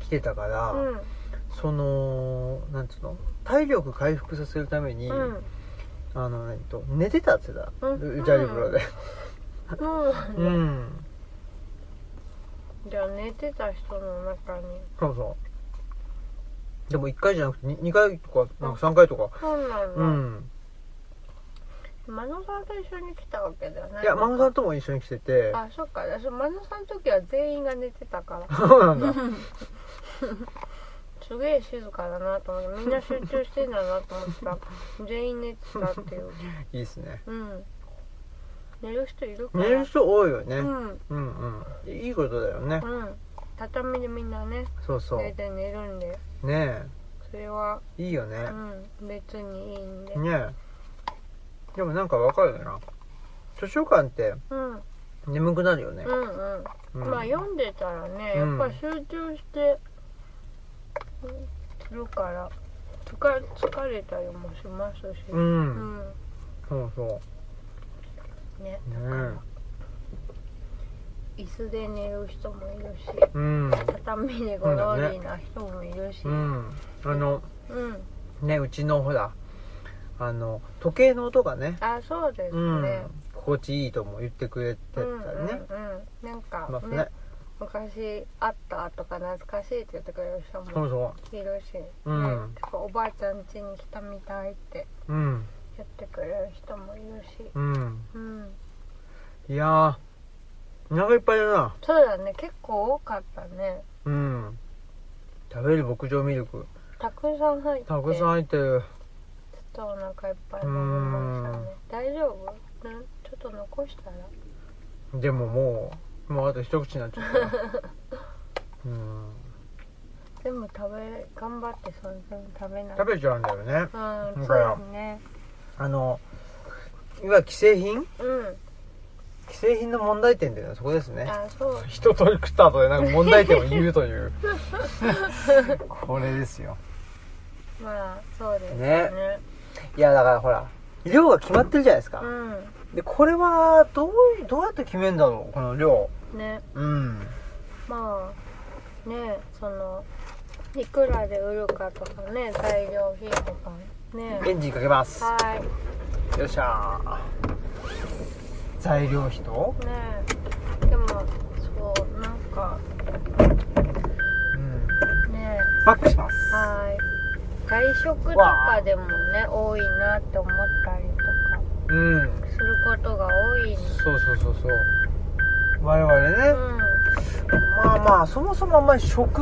Speaker 1: 来てたから、
Speaker 2: うん
Speaker 1: そのなんつうの体力回復させるために、
Speaker 2: うん
Speaker 1: あの何と寝てたって言ってた、
Speaker 2: うん
Speaker 1: ルチャリブロで
Speaker 2: そうなんだ
Speaker 1: うん、
Speaker 2: じゃあ寝てた人の中に
Speaker 1: そうそうでも1回じゃなくて 2, 回とかなんか3回とか
Speaker 2: そうなんだ、
Speaker 1: うん
Speaker 2: 真野さんと一緒に来たわけではない
Speaker 1: いや
Speaker 2: のか
Speaker 1: 真野さんとも一緒に来てて
Speaker 2: あそっか私真野さんの時は全員が寝てたか ら
Speaker 1: そうなんだ
Speaker 2: すげえ静かだなと思ってみんな集中してんだなと思ってた全員寝てたっていう
Speaker 1: いいですね
Speaker 2: うん寝る人いるから
Speaker 1: 寝る人多いよね、
Speaker 2: うん
Speaker 1: うんうんいいことだよね、
Speaker 2: うん畳でみんなね
Speaker 1: そうそ
Speaker 2: 大
Speaker 1: う
Speaker 2: 体寝るんで
Speaker 1: ね
Speaker 2: それは
Speaker 1: えいいよね、
Speaker 2: うん別にいいんで
Speaker 1: ねえでもなんかわかるよな図書館って
Speaker 2: うんうん
Speaker 1: 眠くなるよね、
Speaker 2: うん
Speaker 1: うん
Speaker 2: まあ読んでたらね
Speaker 1: う
Speaker 2: やっ
Speaker 1: ん
Speaker 2: ぱ集中してうんするから疲れ疲れたりもしますし
Speaker 1: う、
Speaker 2: うんん
Speaker 1: そうそ
Speaker 2: ね
Speaker 1: う
Speaker 2: だから
Speaker 1: ね
Speaker 2: 椅子で寝る人もいるし
Speaker 1: えうん
Speaker 2: 畳でごろりな人もいるし
Speaker 1: う
Speaker 2: うん
Speaker 1: んあの
Speaker 2: うん
Speaker 1: ねうちのほらあの時計の音がね
Speaker 2: あそうです
Speaker 1: う
Speaker 2: ね
Speaker 1: ん、心地いいとも言ってくれてた
Speaker 2: う
Speaker 1: り
Speaker 2: んうん
Speaker 1: ね、
Speaker 2: うんなんか
Speaker 1: ますね
Speaker 2: ね昔あったとか懐かしいって言ってくれる人
Speaker 1: そ
Speaker 2: も
Speaker 1: うそ
Speaker 2: いるし、ね
Speaker 1: うん
Speaker 2: とかおばあちゃん家に来たみたいって
Speaker 1: ううん
Speaker 2: 言ってくれる人もいるし、
Speaker 1: うん
Speaker 2: うん、
Speaker 1: いやーお腹いっぱいだな
Speaker 2: そうだね結構多かったね
Speaker 1: うん食べる牧場ミルク
Speaker 2: たくさん入って
Speaker 1: たくさん
Speaker 2: ちょっ
Speaker 1: 入ってる
Speaker 2: とお腹いっぱいになりましたね大丈夫なんちょっと残したら
Speaker 1: でももうもうあと一口になっちゃったなうん
Speaker 2: 全部食べ頑張ってそれ全部食べない
Speaker 1: 食べちゃうんだよね
Speaker 2: うん
Speaker 1: だ
Speaker 2: そ
Speaker 1: か
Speaker 2: う
Speaker 1: ら
Speaker 2: ですね
Speaker 1: あのいわゆる既製品
Speaker 2: う
Speaker 1: 既製品の問題点っていうのはそこです
Speaker 2: ん
Speaker 1: ね
Speaker 2: あそう
Speaker 1: 一通り食った後でなんか問題点を言うというこれですよ
Speaker 2: まあそうですね
Speaker 1: ねいやだからほら量が決まってるじゃないですか、
Speaker 2: う
Speaker 1: でこれはどういどうやって決めんだろうこの量
Speaker 2: んね
Speaker 1: うん
Speaker 2: まあねそのいくらで売るかとかね材料費とかね
Speaker 1: エンジンかけます
Speaker 2: は
Speaker 1: よっしゃー材料費と
Speaker 2: いねでもそうなんか
Speaker 1: うん
Speaker 2: ね
Speaker 1: バックします
Speaker 2: はい外食とかでもね多いなって思ったりとか
Speaker 1: うん
Speaker 2: することが多い
Speaker 1: そうそうそうそう我々ね、
Speaker 2: う
Speaker 1: まあまあそもそもあんまり食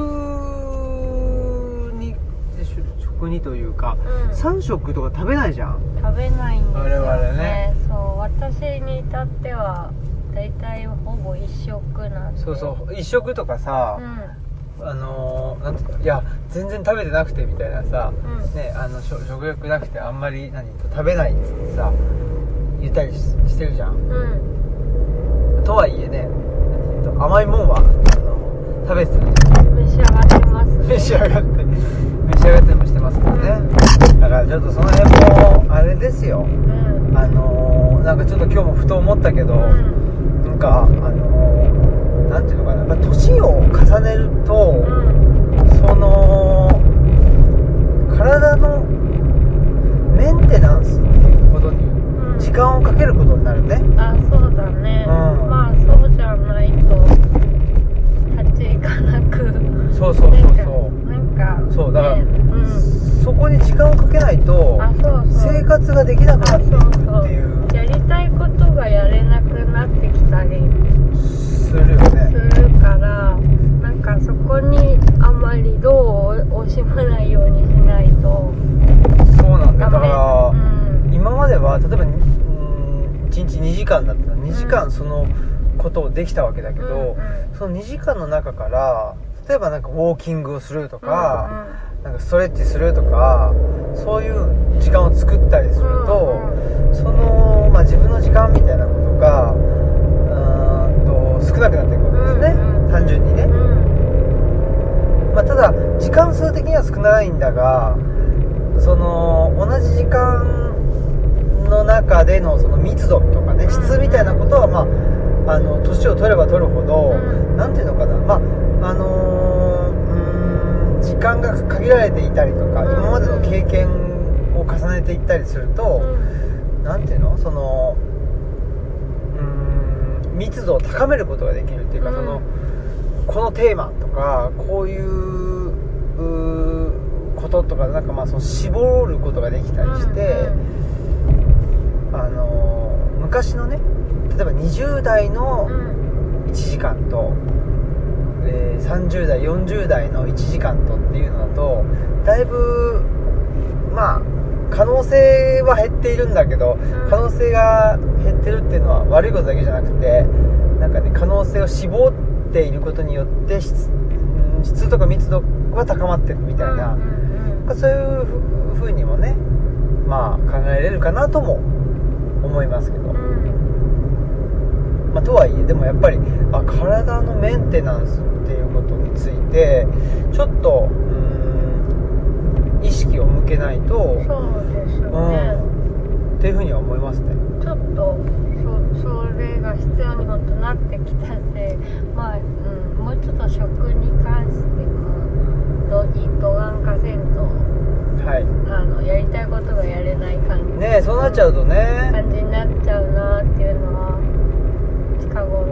Speaker 1: に食食にというか
Speaker 2: んうん
Speaker 1: 3食とか食べないじゃん
Speaker 2: 食べないんですよね
Speaker 1: 我々ね
Speaker 2: そう私に至っては大体ほぼ一食なんで
Speaker 1: そうそう1食とかさ
Speaker 2: う、ん
Speaker 1: あのー、なんつうかいや全然食べてなくてみたいなさ、
Speaker 2: うん
Speaker 1: ねあのしょ食欲なくてあんまり何食べないっつってさ言ったりししてるじゃん
Speaker 2: うん
Speaker 1: とはいえねえっと甘いもんはあの食べてた
Speaker 2: 召し上がってますね
Speaker 1: 召し上がって召し上がってもしてますからねだからちょっとその辺もあれですよ
Speaker 2: うん
Speaker 1: あのー、なんかちょっと今日もふと思ったけど、
Speaker 2: うん
Speaker 1: なんかあのー、なんていうのかなやっぱ年を重ねると、
Speaker 2: うん
Speaker 1: その体のメンテナンスっていうことに
Speaker 2: うん
Speaker 1: 時間をかけることになるね
Speaker 2: あそうだね、
Speaker 1: うん
Speaker 2: まあそうじゃないと立ち行かなく
Speaker 1: そうそうそうそう
Speaker 2: なんかなんか
Speaker 1: そうだから
Speaker 2: ねうん
Speaker 1: そこに時間をかけないと
Speaker 2: あそうそう
Speaker 1: 生活ができなくなっていくっていう
Speaker 2: やりたいことがやれなくなってきたり
Speaker 1: するよね
Speaker 2: するからなんかそこにあんまりどう惜しまないようにしないと
Speaker 1: そうなんだ
Speaker 2: ダ
Speaker 1: よだか
Speaker 2: メ
Speaker 1: ら、
Speaker 2: うん
Speaker 1: 今までは例えばうーん1日2時間だったら2時間そのことをできたわけだけど、その2時間の中から例えばなんかウォーキングをするとか,、なんかストレッチするとかそういう時間を作ったりすると、その、まあ、自分の時間みたいなことがうーんと少なくなって時間数的には少ないんだがその同じ時間の中でのその密度とかね質みたいなことはまああの年を取れば取るほど
Speaker 2: う
Speaker 1: 何ていうのかなまああのーうーん時間が限られていたりとか
Speaker 2: うん
Speaker 1: 今までの経験を重ねていったりすると何ていうのそのうーん密度を高めることができるっていうか、
Speaker 2: うん
Speaker 1: そのこのテーマとかこういううーこととかなんかまあその絞ることができたりして、あのー昔のね例えば20代の1時間と、えー30代40代の1時間とっていうのだとだいぶまあ可能性は減っているんだけど、
Speaker 2: ん
Speaker 1: 可能性が減ってるっていうのは悪いことだけじゃなくてなんかね可能性を絞っていることによって質うん質とか密度は高まってるみたいな、なんかそういうふふうにもねまあ考えれるかなとも思いますけど。まあ、とはいえでもやっぱりあ体のメンテナンスっていうことについてちょっとうーん意識を向けないと、
Speaker 2: そうで
Speaker 1: う
Speaker 2: すよね。
Speaker 1: ん、っていうふうには思いますね
Speaker 2: ちょっとそそれが必要に本当なってきたんで、まあうん、もうちょっと食に関してもど一個眼化せんと
Speaker 1: はい
Speaker 2: あのやりたいことがやれない感じ,、
Speaker 1: ねえそうなっちゃうとね
Speaker 2: 感じになっちゃうなっていうのは近頃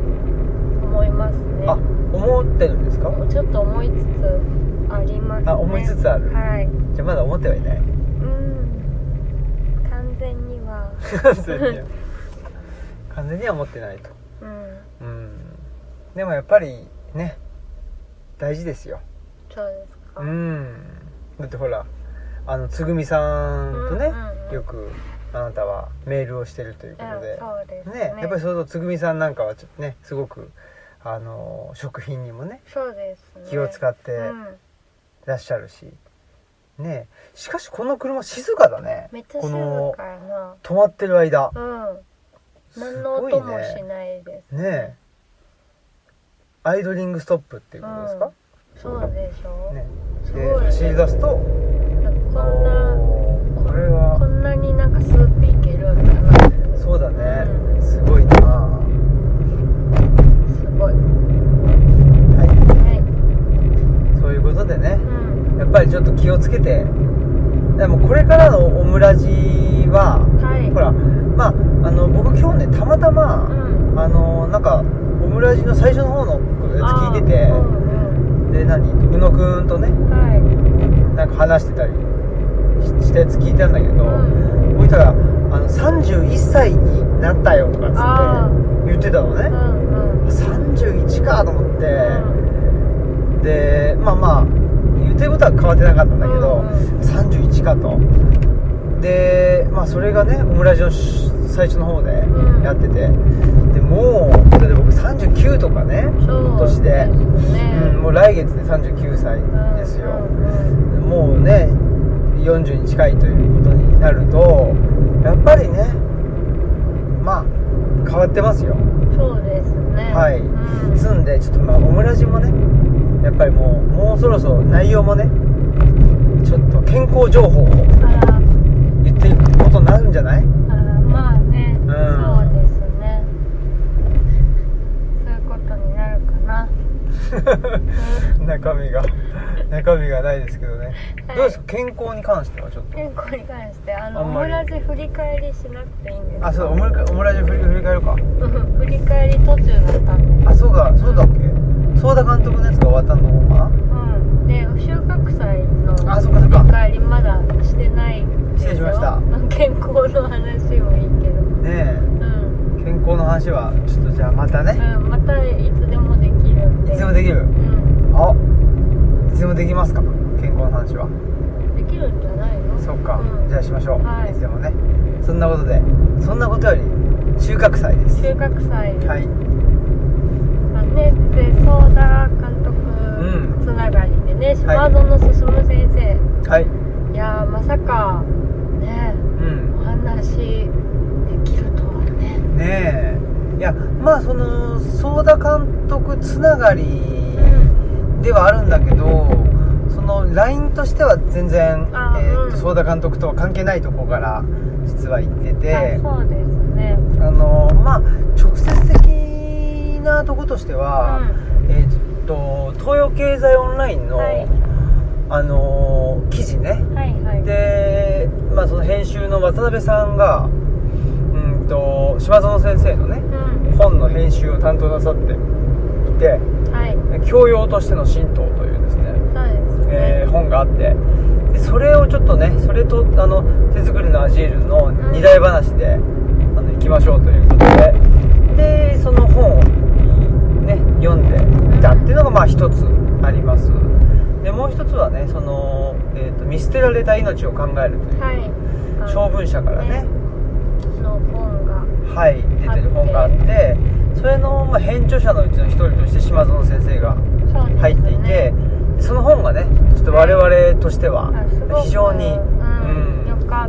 Speaker 2: 思いますね
Speaker 1: あ思ってるんですか
Speaker 2: ちょっと思いつつありますね
Speaker 1: あ思いつつある
Speaker 2: はい
Speaker 1: じゃあまだ思ってはい ない
Speaker 2: うん完全には
Speaker 1: 完全には完全には思ってないと
Speaker 2: うん
Speaker 1: うんでもやっぱりね大事ですよ
Speaker 2: そうですか
Speaker 1: うんだってほらあのつぐみさんとね、
Speaker 2: うんうんうん
Speaker 1: よくあなたはメールをしてるということで
Speaker 2: うんそうです
Speaker 1: ね
Speaker 2: ね
Speaker 1: やっぱりそうするとつぐみさんなんかはちょっとねすごくあの食品にもね
Speaker 2: そうです、ね、
Speaker 1: 気を使
Speaker 2: っ
Speaker 1: って
Speaker 2: うん、
Speaker 1: らっしゃるし、ねしかしこの車静かだね
Speaker 2: めっちゃ
Speaker 1: こ
Speaker 2: 静
Speaker 1: の
Speaker 2: かやな
Speaker 1: 止まってる間
Speaker 2: うん何
Speaker 1: す
Speaker 2: の
Speaker 1: ご
Speaker 2: 音
Speaker 1: い
Speaker 2: もし
Speaker 1: ね
Speaker 2: ないです
Speaker 1: ねアイドリングストップっていうことですか、
Speaker 2: そうでしょ、
Speaker 1: ね
Speaker 2: すごい
Speaker 1: で
Speaker 2: ね
Speaker 1: 走り出すと
Speaker 2: こんな
Speaker 1: おーこれ
Speaker 2: こ
Speaker 1: は
Speaker 2: んなになんかスーっていけるんだな
Speaker 1: そうだね、
Speaker 2: う
Speaker 1: すごいな
Speaker 2: すごい
Speaker 1: はい
Speaker 2: はい
Speaker 1: そういうことでね
Speaker 2: う、ん
Speaker 1: やっぱりちょっと気をつけて、でもこれからのオムラジは、
Speaker 2: はい
Speaker 1: ほら、まあ、あの、僕今日ね、たまた
Speaker 2: う
Speaker 1: ま、
Speaker 2: ん
Speaker 1: あの、なんか、オムラジの最初の方のやつ
Speaker 2: あ
Speaker 1: 聞
Speaker 2: ー
Speaker 1: いてて
Speaker 2: う、ん
Speaker 1: で、何宇野くんとね、
Speaker 2: うんはい
Speaker 1: なんか話してたりししたやつ聞いたんだけど、
Speaker 2: う
Speaker 1: こ
Speaker 2: ん
Speaker 1: ういったら、あの、31歳になったよとか
Speaker 2: あ
Speaker 1: っつって言ってたの
Speaker 2: う
Speaker 1: ね。
Speaker 2: んうん
Speaker 1: 31かと思って、
Speaker 2: うん
Speaker 1: でまあまあ言ってることは変わってなかったんだけど、
Speaker 2: うんう
Speaker 1: 31かとでまあそれがねオムラジオ最初の方で
Speaker 2: うん
Speaker 1: やってて、でもうそれで僕39とかね今
Speaker 2: そう
Speaker 1: 年で
Speaker 2: ですね
Speaker 1: うん、もう来月で39歳ですよ、
Speaker 2: うんうん
Speaker 1: もうね40に近いということになるとやっぱりねまあ変わってますよ
Speaker 2: うんそうですね
Speaker 1: はい
Speaker 2: うん
Speaker 1: 住んでちょっとまあオムラジもねやっぱりもうもうそろそろ内容もねちょっと健康情報を
Speaker 2: あら
Speaker 1: 言っていくことになるんじゃない
Speaker 2: あーまあね、
Speaker 1: ん
Speaker 2: そうですねそういうことになるかな、う
Speaker 1: 中身が中身がないですけどね、
Speaker 2: はい
Speaker 1: どうですか健康に関してはちょっ
Speaker 2: ん、
Speaker 1: と
Speaker 2: 健康に関してあの
Speaker 1: あ
Speaker 2: オ
Speaker 1: んま
Speaker 2: ム
Speaker 1: り
Speaker 2: ラジ振り返りしなくていいんですか
Speaker 1: あそうオムラオムラジ振り振り返るか
Speaker 2: うん振り返り途中だったんで
Speaker 1: あそうだそうだっけソーダ監督のやつが終わったのか
Speaker 2: うんで収穫祭の
Speaker 1: あそっかそっか
Speaker 2: 振り返りまだしてないですよ
Speaker 1: 失礼しました
Speaker 2: 健康の話もいいけど
Speaker 1: なね
Speaker 2: うん、
Speaker 1: え健康の話はちょっとじゃあまたね
Speaker 2: うん、またいつでもできるん
Speaker 1: い
Speaker 2: で
Speaker 1: つでもできる
Speaker 2: うん、
Speaker 1: あいつでもできますか健康の話は
Speaker 2: できるんじゃないの
Speaker 1: そっか、
Speaker 2: うん
Speaker 1: じゃあしましょう、
Speaker 2: はい
Speaker 1: い、つでもねそんなことでそんなことより収穫祭です
Speaker 2: 収穫祭
Speaker 1: はい
Speaker 2: まあね、で相田監督
Speaker 1: ん
Speaker 2: つながりでね、島園進先生、
Speaker 1: はい
Speaker 2: い、やーまさかね
Speaker 1: うん
Speaker 2: お話できるとはね
Speaker 1: ねえいやまあその相田監督つながり
Speaker 2: うん
Speaker 1: ではあるんだけどのラインとしては全然
Speaker 2: あ
Speaker 1: えー
Speaker 2: うん
Speaker 1: 相田監督とは関係ないとこから実は行ってて
Speaker 2: あそうですね
Speaker 1: あのまあ直接的なとことしては、えーっと東洋経済オンラインの、
Speaker 2: はい
Speaker 1: あのー記事ね
Speaker 2: はいはい
Speaker 1: で、まあ、その編集の渡辺さんがうんと島園先生のね
Speaker 2: うん
Speaker 1: 本の編集を担当なさっていて
Speaker 2: はい
Speaker 1: 教養としての神道というですね、
Speaker 2: そうですね、
Speaker 1: えー本があってでそれをちょっとねそれとあの手作りのアジールの二大話で、あの行きましょうということででその本を、ね、読んでいたっていうのがまあ一つありますでもう一つはねその、えーと見捨てられた命を考えるという、
Speaker 2: はいあ
Speaker 1: 小文社からね
Speaker 2: ねの本が
Speaker 1: はい出てる本があってそれの、まあ、編著者のうちの一人として島園先生が
Speaker 2: そうですね
Speaker 1: 入っていて、その本がねちょっと我々としては
Speaker 2: あすごく
Speaker 1: 非常に、
Speaker 2: うん
Speaker 1: うん
Speaker 2: 良かっ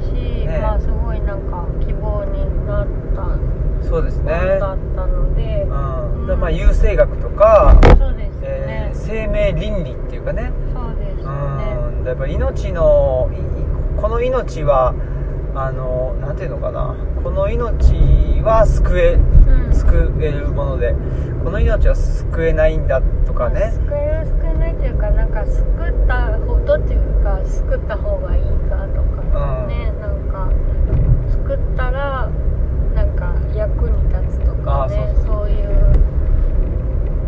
Speaker 2: たし、
Speaker 1: ね
Speaker 2: まあすごいなんか希望になった本
Speaker 1: そうですね、
Speaker 2: だったので、
Speaker 1: うんでまあ優生学とか、
Speaker 2: そうです
Speaker 1: え
Speaker 2: ね
Speaker 1: ー、生命倫理っていうかね
Speaker 2: そうで
Speaker 1: う
Speaker 2: すね
Speaker 1: んやっぱ命のいこの命はあのなんていうのかなこの命は救え
Speaker 2: うん
Speaker 1: 救えるものでこの命は救えないんだとかね
Speaker 2: 救える救えないというかなんか救ったほどっていうか救った方がいいかとかね、なんか救ったらなんか役に立つとかね
Speaker 1: あ
Speaker 2: そういう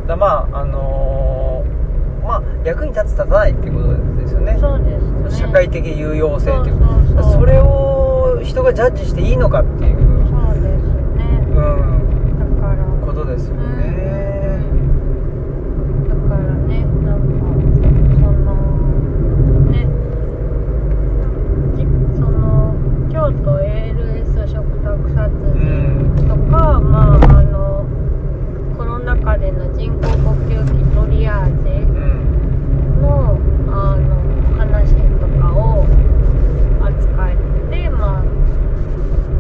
Speaker 1: だまああのーまあ役に立つ立たないっていうことですよね
Speaker 2: そうですね
Speaker 1: 社会的有用性という
Speaker 2: そうそうそう
Speaker 1: それを人がジャッジしていいのかっていう、
Speaker 2: そうですね
Speaker 1: うん、
Speaker 2: だから
Speaker 1: ことですよね、
Speaker 2: だからねなんかそのねじその京都 ALS 食卓殺人とか、まああのコロナ禍での人工呼吸器トリアー
Speaker 1: う
Speaker 2: ジ
Speaker 1: ん
Speaker 2: のあの話とかを扱ってまあ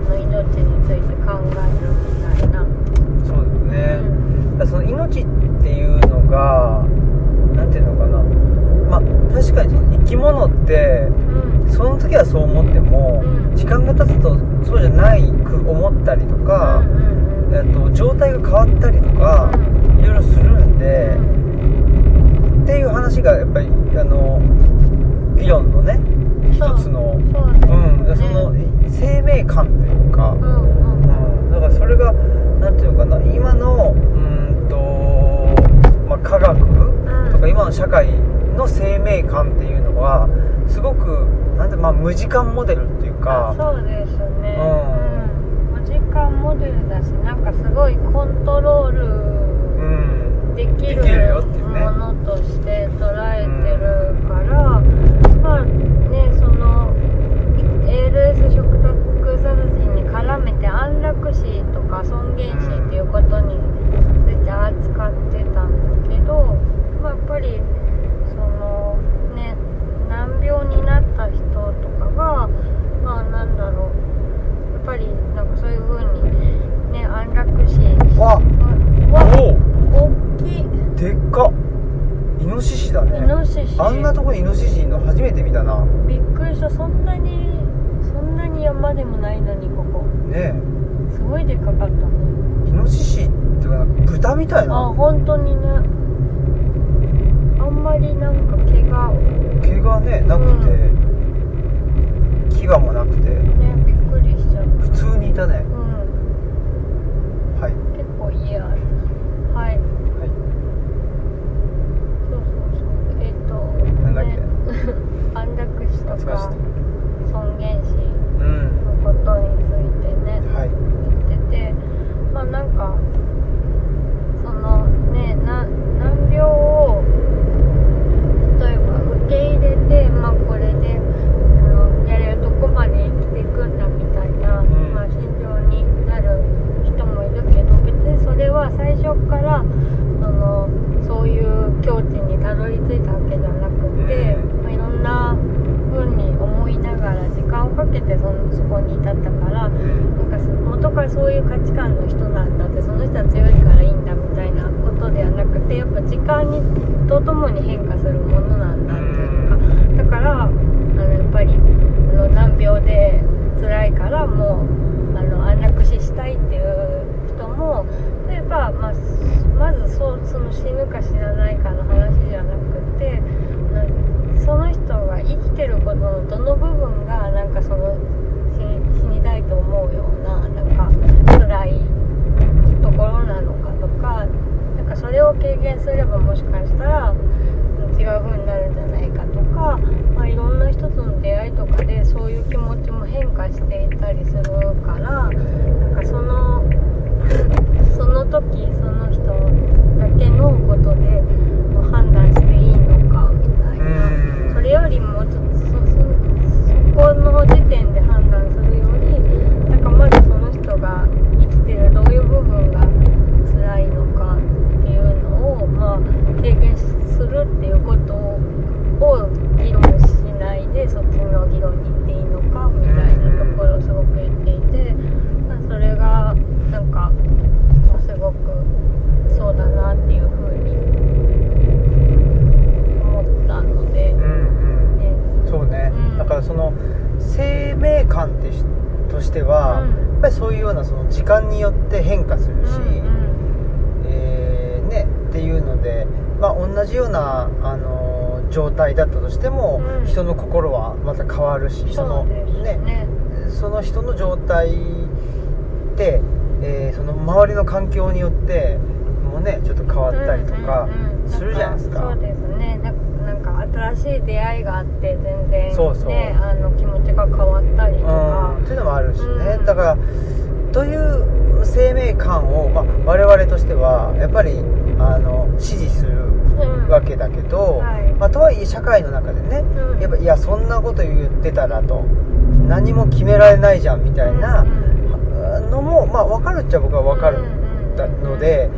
Speaker 2: の命について考えるみたいな。
Speaker 1: そうですね、
Speaker 2: うん
Speaker 1: だからその命っていうのがなんていうのかなまあ確かにその生き物って
Speaker 2: うん
Speaker 1: その時はそう思っても、
Speaker 2: うん
Speaker 1: 時間が経つとそうじゃないく思ったりとか、
Speaker 2: うんうん
Speaker 1: えっと状態が変わったりとか、いろいろするん
Speaker 2: う
Speaker 1: で、
Speaker 2: んうん
Speaker 1: っていう話がやっぱりあの議論のね一
Speaker 2: そう
Speaker 1: つの
Speaker 2: そう
Speaker 1: うん、
Speaker 2: です
Speaker 1: そ
Speaker 2: ね
Speaker 1: の生命感というか、
Speaker 2: うんうん
Speaker 1: うん、だからそれがなんていうのかな今のうーんと、まあ、科学とか今の社会の生命感っていうのはすごくなんて、まあ、無時間モデルっていうか
Speaker 2: あそうですね
Speaker 1: うん
Speaker 2: うんお時間モデルだしなんかすごいコントロー
Speaker 1: う
Speaker 2: ル
Speaker 1: ん
Speaker 2: でき
Speaker 1: できるよ
Speaker 2: る
Speaker 1: っていうね
Speaker 2: ものとして捉えてるからまあねその ALS 食卓殺人に絡めて安楽死とか尊厳死っていうことについて扱ってたんだけど、まあ、やっぱりそのね難病になった人とかがまあなんだろうやっぱりなんかそういう風にね安楽死
Speaker 1: わ
Speaker 2: は
Speaker 1: お
Speaker 2: 大きい
Speaker 1: おでっかイノシシだ
Speaker 2: イ
Speaker 1: ね
Speaker 2: ノシシ
Speaker 1: あんなとこにイノシシいるの初めて見たな
Speaker 2: びっくりしたそんなにそんなに山でもないのにここ
Speaker 1: ね
Speaker 2: すごいでかかったね
Speaker 1: えイノシシってかなんか豚みたい
Speaker 2: あ
Speaker 1: な
Speaker 2: 本当にねあんまりなんか毛が
Speaker 1: 毛がねなくて、牙もなくて
Speaker 2: ねびっくりしちゃう
Speaker 1: 普通にいたね
Speaker 2: うん
Speaker 1: はい
Speaker 2: 結構家あるは
Speaker 1: は
Speaker 2: い
Speaker 1: い
Speaker 2: そうそうそうえっ、と
Speaker 1: なんだっけ
Speaker 2: ね、安楽死
Speaker 1: 懐
Speaker 2: と
Speaker 1: かし
Speaker 2: か
Speaker 1: い
Speaker 2: 尊厳死
Speaker 1: うん
Speaker 2: のことについてね
Speaker 1: はい
Speaker 2: 言っててまあなんかそのねな難病を例えば受け入れてまあこれであのやれるとこまで生きていくんだみたいな、
Speaker 1: ん
Speaker 2: まあ、心情になる人もいるけど別にそれは最初からそのそういう境地にたどり着いたわけじゃなくて、
Speaker 1: う
Speaker 2: まあ、いろんな風に思いながら時間をかけてそのそこに至ったから。
Speaker 1: うん
Speaker 2: なんかそ元からそういう価値観の人なんだってその人は強いからいいんだみたいなことではなくてやっぱ時間にとともに変化するものなんだっていうかだからあのやっぱりあの難病で辛いからもうあの安楽死したいっていう人も例えば、まあ、すまずそうその死ぬか死なないかの話じゃなくてなその人が生きてることのどの部分がなんかその死に死にたいと思うようななんか辛いところなのかとかなんかそれを経験すればもしかしたらうん違う風になるんじゃないかとか、まあ、いろんな人との出会いとかでそういう気持ちも変化していったりするからなんかその その時その人だけのことでもう判断していいのかみたいな。それよりもちょっとそそそこの時点で判断するよりなんかまずその人が生きてるどういう部分が辛いのかっていうのを、まあ、軽減するっていうことを議論しないでそっちの議論に行っていいのかみたいなところをすごく言っていて、まあ、それがなんかまあすごくそうだなっていうふうに思ったので。
Speaker 1: うん
Speaker 2: ね
Speaker 1: うんそうね、
Speaker 2: うん
Speaker 1: だからその生命感ってしとしては、
Speaker 2: うん
Speaker 1: やっぱりそういうようなその時間によって変化するし、
Speaker 2: うん
Speaker 1: えーね、っていうので、まあ、同じような、あのー状態だったとしても、
Speaker 2: うん
Speaker 1: 人の心はまた変わるし
Speaker 2: うん、
Speaker 1: その
Speaker 2: そうですね
Speaker 1: ねその人の状態って、えーその周りの環境によってもねちょっと変わったりとか
Speaker 2: うんうんうん
Speaker 1: するじゃないですか。
Speaker 2: そうですねななんか新しい出会いがあって全然、ね、
Speaker 1: そうそう
Speaker 2: あの気持ちが変わったりとか
Speaker 1: うん、というのもあるしね、
Speaker 2: うん
Speaker 1: だからという生命感を、まあ、我々としてはやっぱりあの支持する
Speaker 2: うん
Speaker 1: わけだけど、
Speaker 2: はい
Speaker 1: まあ、とはいえ社会の中でね、
Speaker 2: うん
Speaker 1: やっぱいやそんなこと言ってたらと何も決められないじゃんみたいな
Speaker 2: うんうん
Speaker 1: のも、まあ、分かるっちゃ僕は分かる
Speaker 2: うんうん
Speaker 1: ので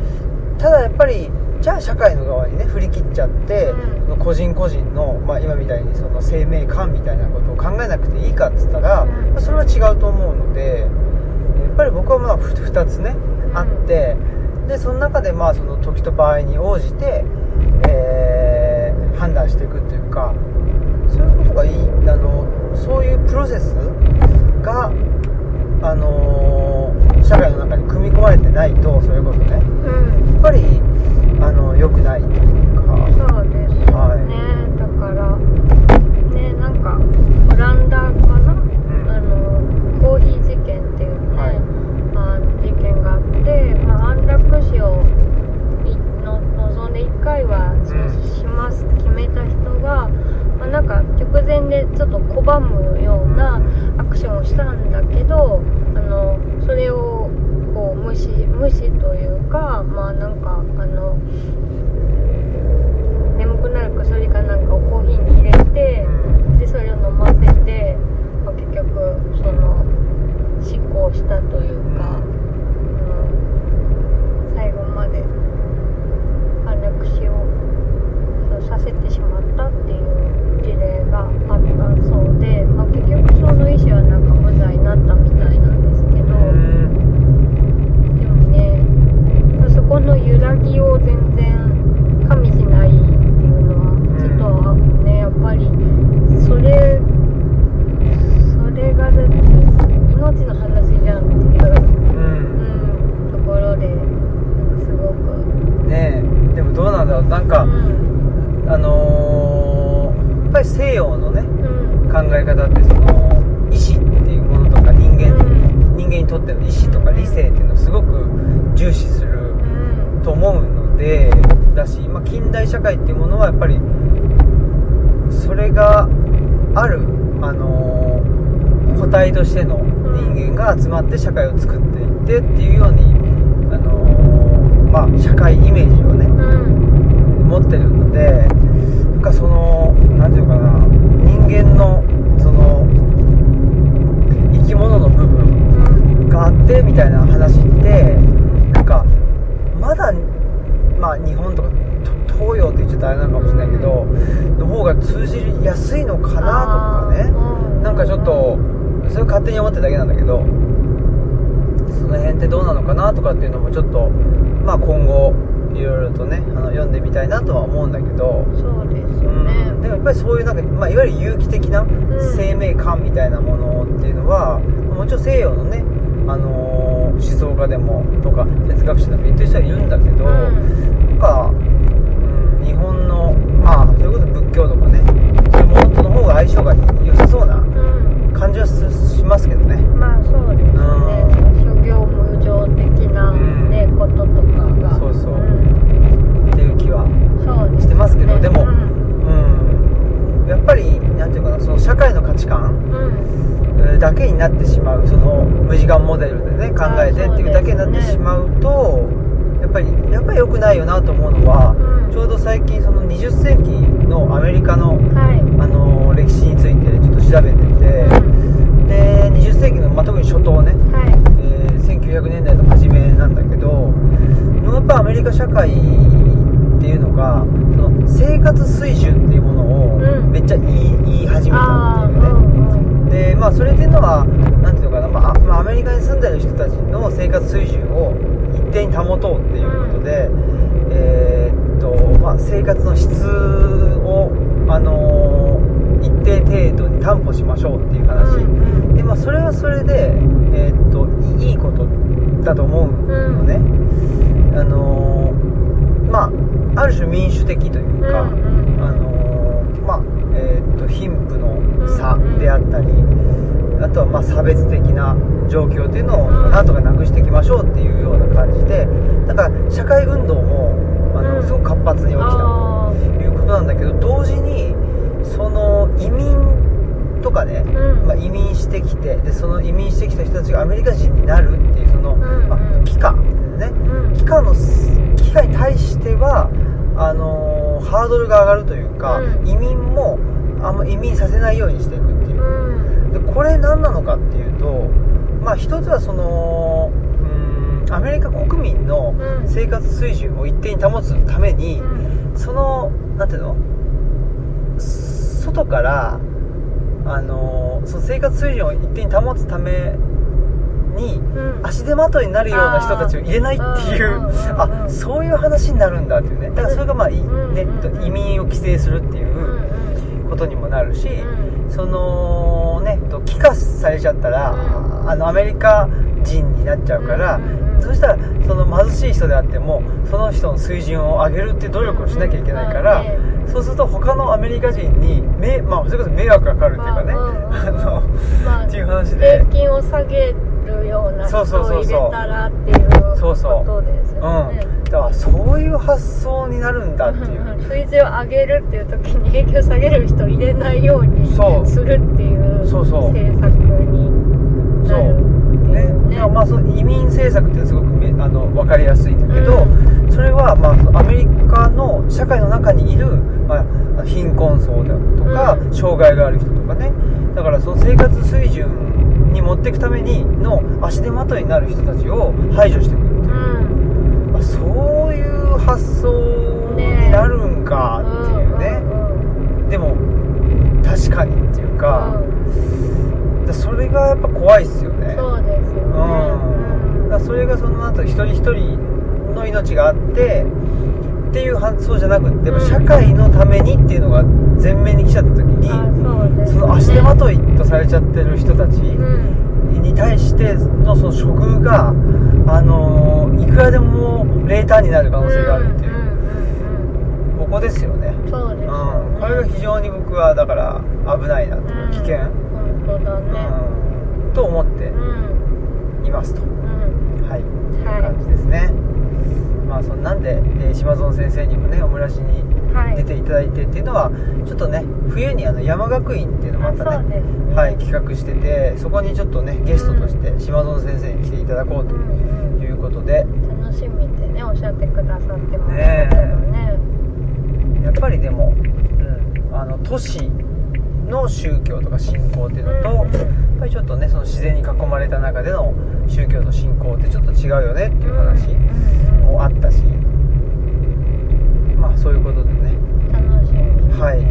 Speaker 1: ただやっぱりじゃあ社会の側にね振り切っちゃって、
Speaker 2: う
Speaker 1: 個人個人の、まあ、今みたいにその生命感みたいなことを考えなくていいかっつったら、
Speaker 2: うん
Speaker 1: まあそれは違うと思うのでやっぱり僕はまあふ2つね、
Speaker 2: うん
Speaker 1: あってでその中でまあその時と場合に応じて、えー判断していくっていうかそういうことがいいあのそういうプロセスが、あのー社会の中に組み込まれてないとそういうことね
Speaker 2: うん
Speaker 1: やっぱりあの良くないというか。
Speaker 2: そうですね、
Speaker 1: はい
Speaker 2: だからねなんかオランダかな、あのコーヒー事件っていうね、
Speaker 1: はい
Speaker 2: まあ、事件があって、まあ、安楽死をいの望んで1回はし
Speaker 1: うん
Speaker 2: しますって決めた人が、まあ、なんか直前でちょっと拒むようなアクションをしたんだけどあのそれをこう無視無視というかまあなんかあの眠くなる薬かなんかをコーヒーに入れて。でそれを飲ませて、まあ、結局その執行したというか、うん最後まで安楽死をそうさせてしまったっていう事例があったそうで、まあ、結局その医師はなんか無罪になったみたいなんですけど、
Speaker 1: うん
Speaker 2: でもねそこの揺らぎを全然加味しないっていうのはちょっとねやっぱりそれそれがだって命の話じゃんっていう、
Speaker 1: うん
Speaker 2: うん、ところでなんかすごく、
Speaker 1: ねえでもどうなんだろうなんか、
Speaker 2: うん
Speaker 1: あのーやっぱり西洋のね
Speaker 2: うん
Speaker 1: 考え方ってその意志っていうものとか人間、人間にとっての意志とか理性っていうのをすごく重視する
Speaker 2: うん
Speaker 1: と思うのでだし、まあ、近代社会っていうものはやっぱりそれがある、あのー個体としての人間が集まって社会を作っていってっていうように、あのーまあ、社会イメージをね
Speaker 2: うん
Speaker 1: 持ってるのでなんかその何ていうのかな人間のその生き物の部分
Speaker 2: うん
Speaker 1: があってみたいな話ってなんかまだまあ日本とかと東洋って言っちゃ大変なのかもしれないけどの方が通じやすいのかなとかね
Speaker 2: ね
Speaker 1: なんかちょっとそれ勝手に思ってるだけなんだけどその辺ってどうなのかなとかっていうのもちょっとまあ今後いろいろとねあの読んでみたいなとは思うんだけど、
Speaker 2: そうですよ
Speaker 1: うん、でも
Speaker 2: ね
Speaker 1: やっぱりそういうなんか、まあ、いわゆる有機的なん生命感みたいなものっていうのは、もちろん西洋のね、あのー思想家でもとか哲学者でも言ってる人はいるんだけど、
Speaker 2: うん
Speaker 1: なんか、うん、日本のまあそれこそ仏教とかねそういうものとの方が相性が良さそうな
Speaker 2: うん
Speaker 1: 感じはすしますけどね。
Speaker 2: まあそうですね諸行無常的なね
Speaker 1: う
Speaker 2: こととかが
Speaker 1: そうそうんっていう気は
Speaker 2: そうですね
Speaker 1: してますけどでも
Speaker 2: うん
Speaker 1: うんやっぱりなんていうかなその社会の価値観
Speaker 2: うん
Speaker 1: えーだけになってしまうその無自我モデルでね考えてっていうだけになってしまうとやっぱりやっぱり良くないよなと思うのは
Speaker 2: うん
Speaker 1: ちょうど最近その20世紀のアメリカの、
Speaker 2: はい
Speaker 1: あのー歴史についてちょっと調べててで20世紀の、まあ、特に初頭ね、
Speaker 2: はい
Speaker 1: えー1900年代の初めなんだけどやっぱアメリカ社会っていうのがその生活水準っていうものを
Speaker 2: うん
Speaker 1: めっちゃ言い,、言い始めた
Speaker 2: あ
Speaker 1: っていうね。でまあそれっていうのは何ていうのかな、まああまあアメリカに住んでる人たちの生活水準を一定に保とうっていうことで、えーっとまあ、生活の質を、あのー一定程度に担保しましょうっていう
Speaker 2: あー
Speaker 1: 話、
Speaker 2: うんうんうん
Speaker 1: でまあそれはそれで、えーっといいいいことだと思うのね、あのーまあある種民主的というか、
Speaker 2: うんうん
Speaker 1: あのーまあえーっと貧富の差であったり、あとはまあ差別的な状況というのを
Speaker 2: うん
Speaker 1: なんとかなくしていきましょうっていうような感じでだから社会運動もあの、
Speaker 2: うん
Speaker 1: すごく活発に起きたと
Speaker 2: あー
Speaker 1: いうことなんだけど同時にその移民とかね、
Speaker 2: うん
Speaker 1: まあ、移民してきてでその移民してきた人たちがアメリカ人になるっていうその、
Speaker 2: ん
Speaker 1: まあ、帰化ね
Speaker 2: うん
Speaker 1: 機関の機械に対してはあのーハードルが上がるというか、
Speaker 2: うん
Speaker 1: 移民もあんま移民させないようにしていくっていうう、
Speaker 2: ん
Speaker 1: でこれ何なのかっていうとまあ一つはそのうーんアメリカ国民の
Speaker 2: うん
Speaker 1: 生活水準を一定に保つために、そのなんていうの外からあのーその生活水準を一定に保つために
Speaker 2: うん
Speaker 1: 足手まといになるような人たちを入れないっていう
Speaker 2: あーうんうんうんうん
Speaker 1: あそういう話になるんだっていうねだからそれがまあ、い
Speaker 2: うん
Speaker 1: ね
Speaker 2: うんうん
Speaker 1: 移民を規制するってい
Speaker 2: うんう
Speaker 1: うんことにもなるし、
Speaker 2: うん
Speaker 1: そのねと帰化されちゃったら、
Speaker 2: うん
Speaker 1: あのアメリカ人になっちゃうから、
Speaker 2: うんうん
Speaker 1: そしたらその貧しい人であってもその人の水準を上げるっていう努力をしなきゃいけないから、
Speaker 2: うんうん
Speaker 1: そうすると他のアメリカ人にめ、まあ、それこそ迷惑がかかるっていうかね、
Speaker 2: うんうんう ん
Speaker 1: あの
Speaker 2: まあ
Speaker 1: っていう話で
Speaker 2: 税。金を下げるような人
Speaker 1: そうそうそう
Speaker 2: を入
Speaker 1: そう
Speaker 2: れたらっていうこ
Speaker 1: そうそう
Speaker 2: とですよね。
Speaker 1: うん、だからそういう発想になるんだっていう、
Speaker 2: 水準を上げるっていう時に影響下げる人を入れないように
Speaker 1: そう
Speaker 2: するっていう
Speaker 1: そうそう
Speaker 2: 政策になるってい
Speaker 1: ね
Speaker 2: うね。
Speaker 1: だからまあそう移民政策ってすごくめあの分かりやすいんだけど、それは、まあ、アメリカの社会の中にいる、まあ、貧困層だとか、
Speaker 2: うん
Speaker 1: 障害がある人とかねだからその生活水準に持っていくためにの足手まといになる人たちを排除していくっていうう、
Speaker 2: ん
Speaker 1: あそういう発想になるんかっていうねでも確かにっていうか。
Speaker 2: うん
Speaker 1: だそれがやっぱ怖いっすよね
Speaker 2: そうですよね。
Speaker 1: うん、だからそれがそのなんと一人一人の命があってっていう発想じゃなくって、やっぱ社会のためにっていうのが前面に来ちゃった時に、
Speaker 2: あそうです
Speaker 1: そ
Speaker 2: ね
Speaker 1: の足手まといとされちゃってる人たち
Speaker 2: うん
Speaker 1: に対してのその処遇が、あのーいくらでも冷淡になる可能性があるっていう、
Speaker 2: ん
Speaker 1: ここですよね、
Speaker 2: うんうんうんそうで
Speaker 1: う
Speaker 2: す
Speaker 1: ん、
Speaker 2: よね
Speaker 1: これが非常に僕はだから危ないなと、
Speaker 2: うん
Speaker 1: 危険、
Speaker 2: 本当だね
Speaker 1: うん、と思って
Speaker 2: うん
Speaker 1: いますと。
Speaker 2: うん
Speaker 1: はい、
Speaker 2: はい
Speaker 1: 感じですね。まあそんなんで、えー島園先生にもねオムラジに
Speaker 2: はい
Speaker 1: 出ていただいてっていうのは、ちょっとね冬にあの山学院っていうのもあった
Speaker 2: あそうで
Speaker 1: ね
Speaker 2: すね
Speaker 1: はい、企画しててそこにちょっとねゲストとして島園先生に来ていただこう
Speaker 2: う
Speaker 1: と
Speaker 2: んうん
Speaker 1: いうことで、
Speaker 2: 楽しみってねおっしゃってくださってましたけどね
Speaker 1: やっぱりでも、うん、あの都市の宗教とか信仰っていうのと、
Speaker 2: うんうん
Speaker 1: やっぱりちょっとねその自然に囲まれた中での宗教の信仰ってちょっと違うよねっていう話。
Speaker 2: うんうん
Speaker 1: もあったしまあそういうことでね
Speaker 2: 楽しみですね、
Speaker 1: はいそ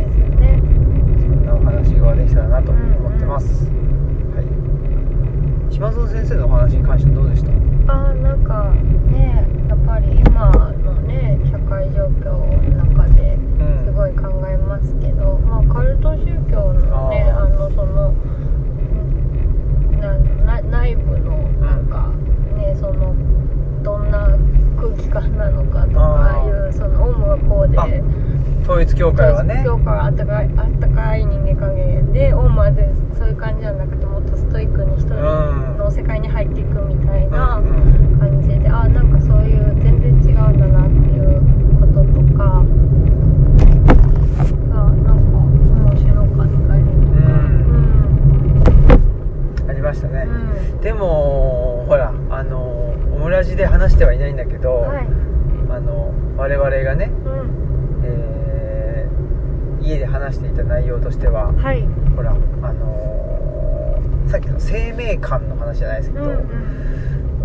Speaker 1: んなお話ができたらなと思ってます、はい島園先生のお話に関してはどうでした
Speaker 2: あーなんかねやっぱり今のね
Speaker 1: 統一教会はね
Speaker 2: 今日からあったかいあったかい人間関係でオーマーでそういう感じじゃなくてもっとストイックに一人の世界に入っていくみたいな
Speaker 1: うん
Speaker 2: 感じであなんかそういう全然違うんだなっていうこととかあなんか面白かったりとかうん
Speaker 1: ありましたね、
Speaker 2: う
Speaker 1: でもほらあのオムラジで話してはいないんだけど、
Speaker 2: んはい
Speaker 1: あの我々がね、
Speaker 2: うん
Speaker 1: えー家で話していた内容としては
Speaker 2: はい
Speaker 1: ほらあのーさっきの生命感の話じゃないですけ
Speaker 2: う
Speaker 1: ど、
Speaker 2: ん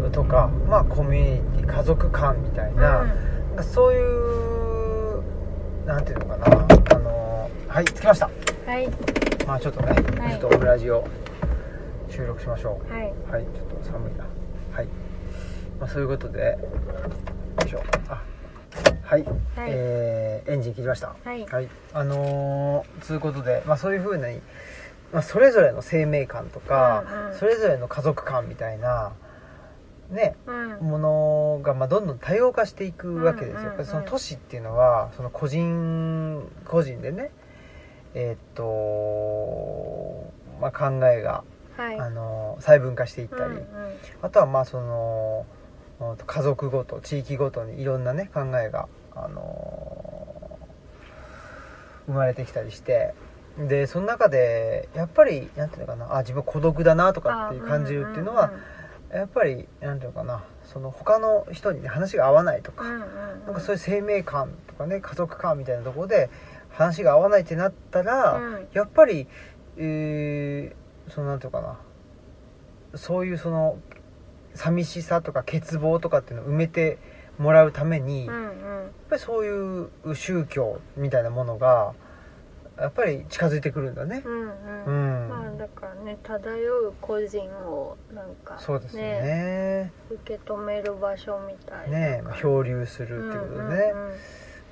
Speaker 2: うん
Speaker 1: とかまあコミュニティ家族感みたいな、なんかそういうなんていうのかなあのーはい着きました
Speaker 2: はい
Speaker 1: まあちょっとね、
Speaker 2: はい
Speaker 1: ちょっとオムラジを収録しましょ
Speaker 2: はい。
Speaker 1: うはいちょっと寒いなはいまあそういうことでよいしょあはい、えーエンジン切りました
Speaker 2: はい
Speaker 1: あのー、ということでまあそういうふうにまあ、それぞれの生命感とか、
Speaker 2: うんうん
Speaker 1: それぞれの家族感みたいなね
Speaker 2: うん
Speaker 1: ものがまあどんどん多様化していくわけですよ、
Speaker 2: うんうんうん
Speaker 1: その都市っていうのはその個人個人でねえーっと、まあ、考えが、
Speaker 2: はい。
Speaker 1: あの細分化していったり、
Speaker 2: うんうん
Speaker 1: あとはまあそのうんと家族ごと地域ごとにいろんなね考えが、あの生まれてきたりしてでその中でやっぱりなんていうのかなあ自分孤独だなとかっていう感じるっていうのは、やっぱりなんていうのかなその他の人にね話が合わないと
Speaker 2: う
Speaker 1: か、
Speaker 2: んうんうん、
Speaker 1: なんかそういう生命感とかね家族感みたいなところで話が合わないってなったら、
Speaker 2: うん
Speaker 1: やっぱり、えーそのなんていうのかなそういうその寂しさとか欠乏とかっていうのを埋めてもらうために、や
Speaker 2: う
Speaker 1: っ
Speaker 2: んうん
Speaker 1: ぱりそういう宗教みたいなものがやっぱり近づいてくるんだね
Speaker 2: う。ん
Speaker 1: う
Speaker 2: うん
Speaker 1: ん、
Speaker 2: まあだからね漂う個人をなんか、ね、
Speaker 1: そうですよね。
Speaker 2: 受け止める場所みたいな
Speaker 1: ねえまあ漂流するっていうことでね。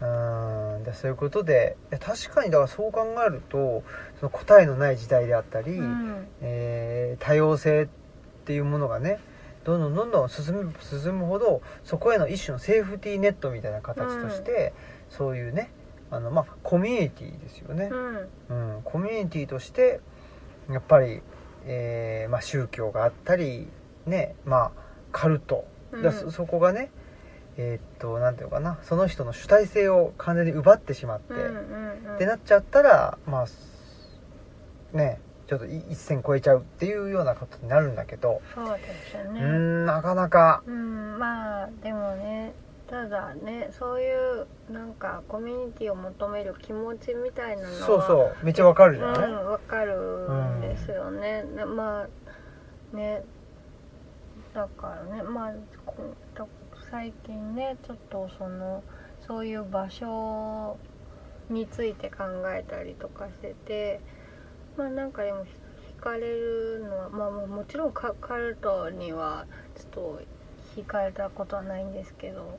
Speaker 1: うんでそういうことでいや確かにだからそう考えるとその答えのない時代であったり、
Speaker 2: うんうんうん
Speaker 1: えー多様性っていうものがねどんどんどんどん進む進むほどそこへの一種のセーフティーネットみたいな形として、そういうねあのまあコミュニティですよね
Speaker 2: う、ん
Speaker 1: うん、コミュニティとしてやっぱり、えーまあ、宗教があったりねまあカルト
Speaker 2: うん
Speaker 1: だそそこがねえーっとなんていうのかなその人の主体性を完全に奪ってしまって、
Speaker 2: うんうんうん
Speaker 1: ってなっちゃったらまあすねちょっとい一線超えちゃうっていうようなことになるんだけど、
Speaker 2: そうですよ
Speaker 1: う
Speaker 2: ね
Speaker 1: ーんなかなか
Speaker 2: うんまあでもねただねそういうなんかコミュニティを求める気持ちみたいなのは
Speaker 1: そうそうめっちゃわかるじゃ
Speaker 2: う
Speaker 1: ない、
Speaker 2: ん、わかるんですよね、なまあねだからねまあこだ最近ねちょっとそのそういう場所について考えたりとかしててまあなんかでも惹かれるのはまあもうもちろんカカルトにはちょっと惹かれたことはないんですけど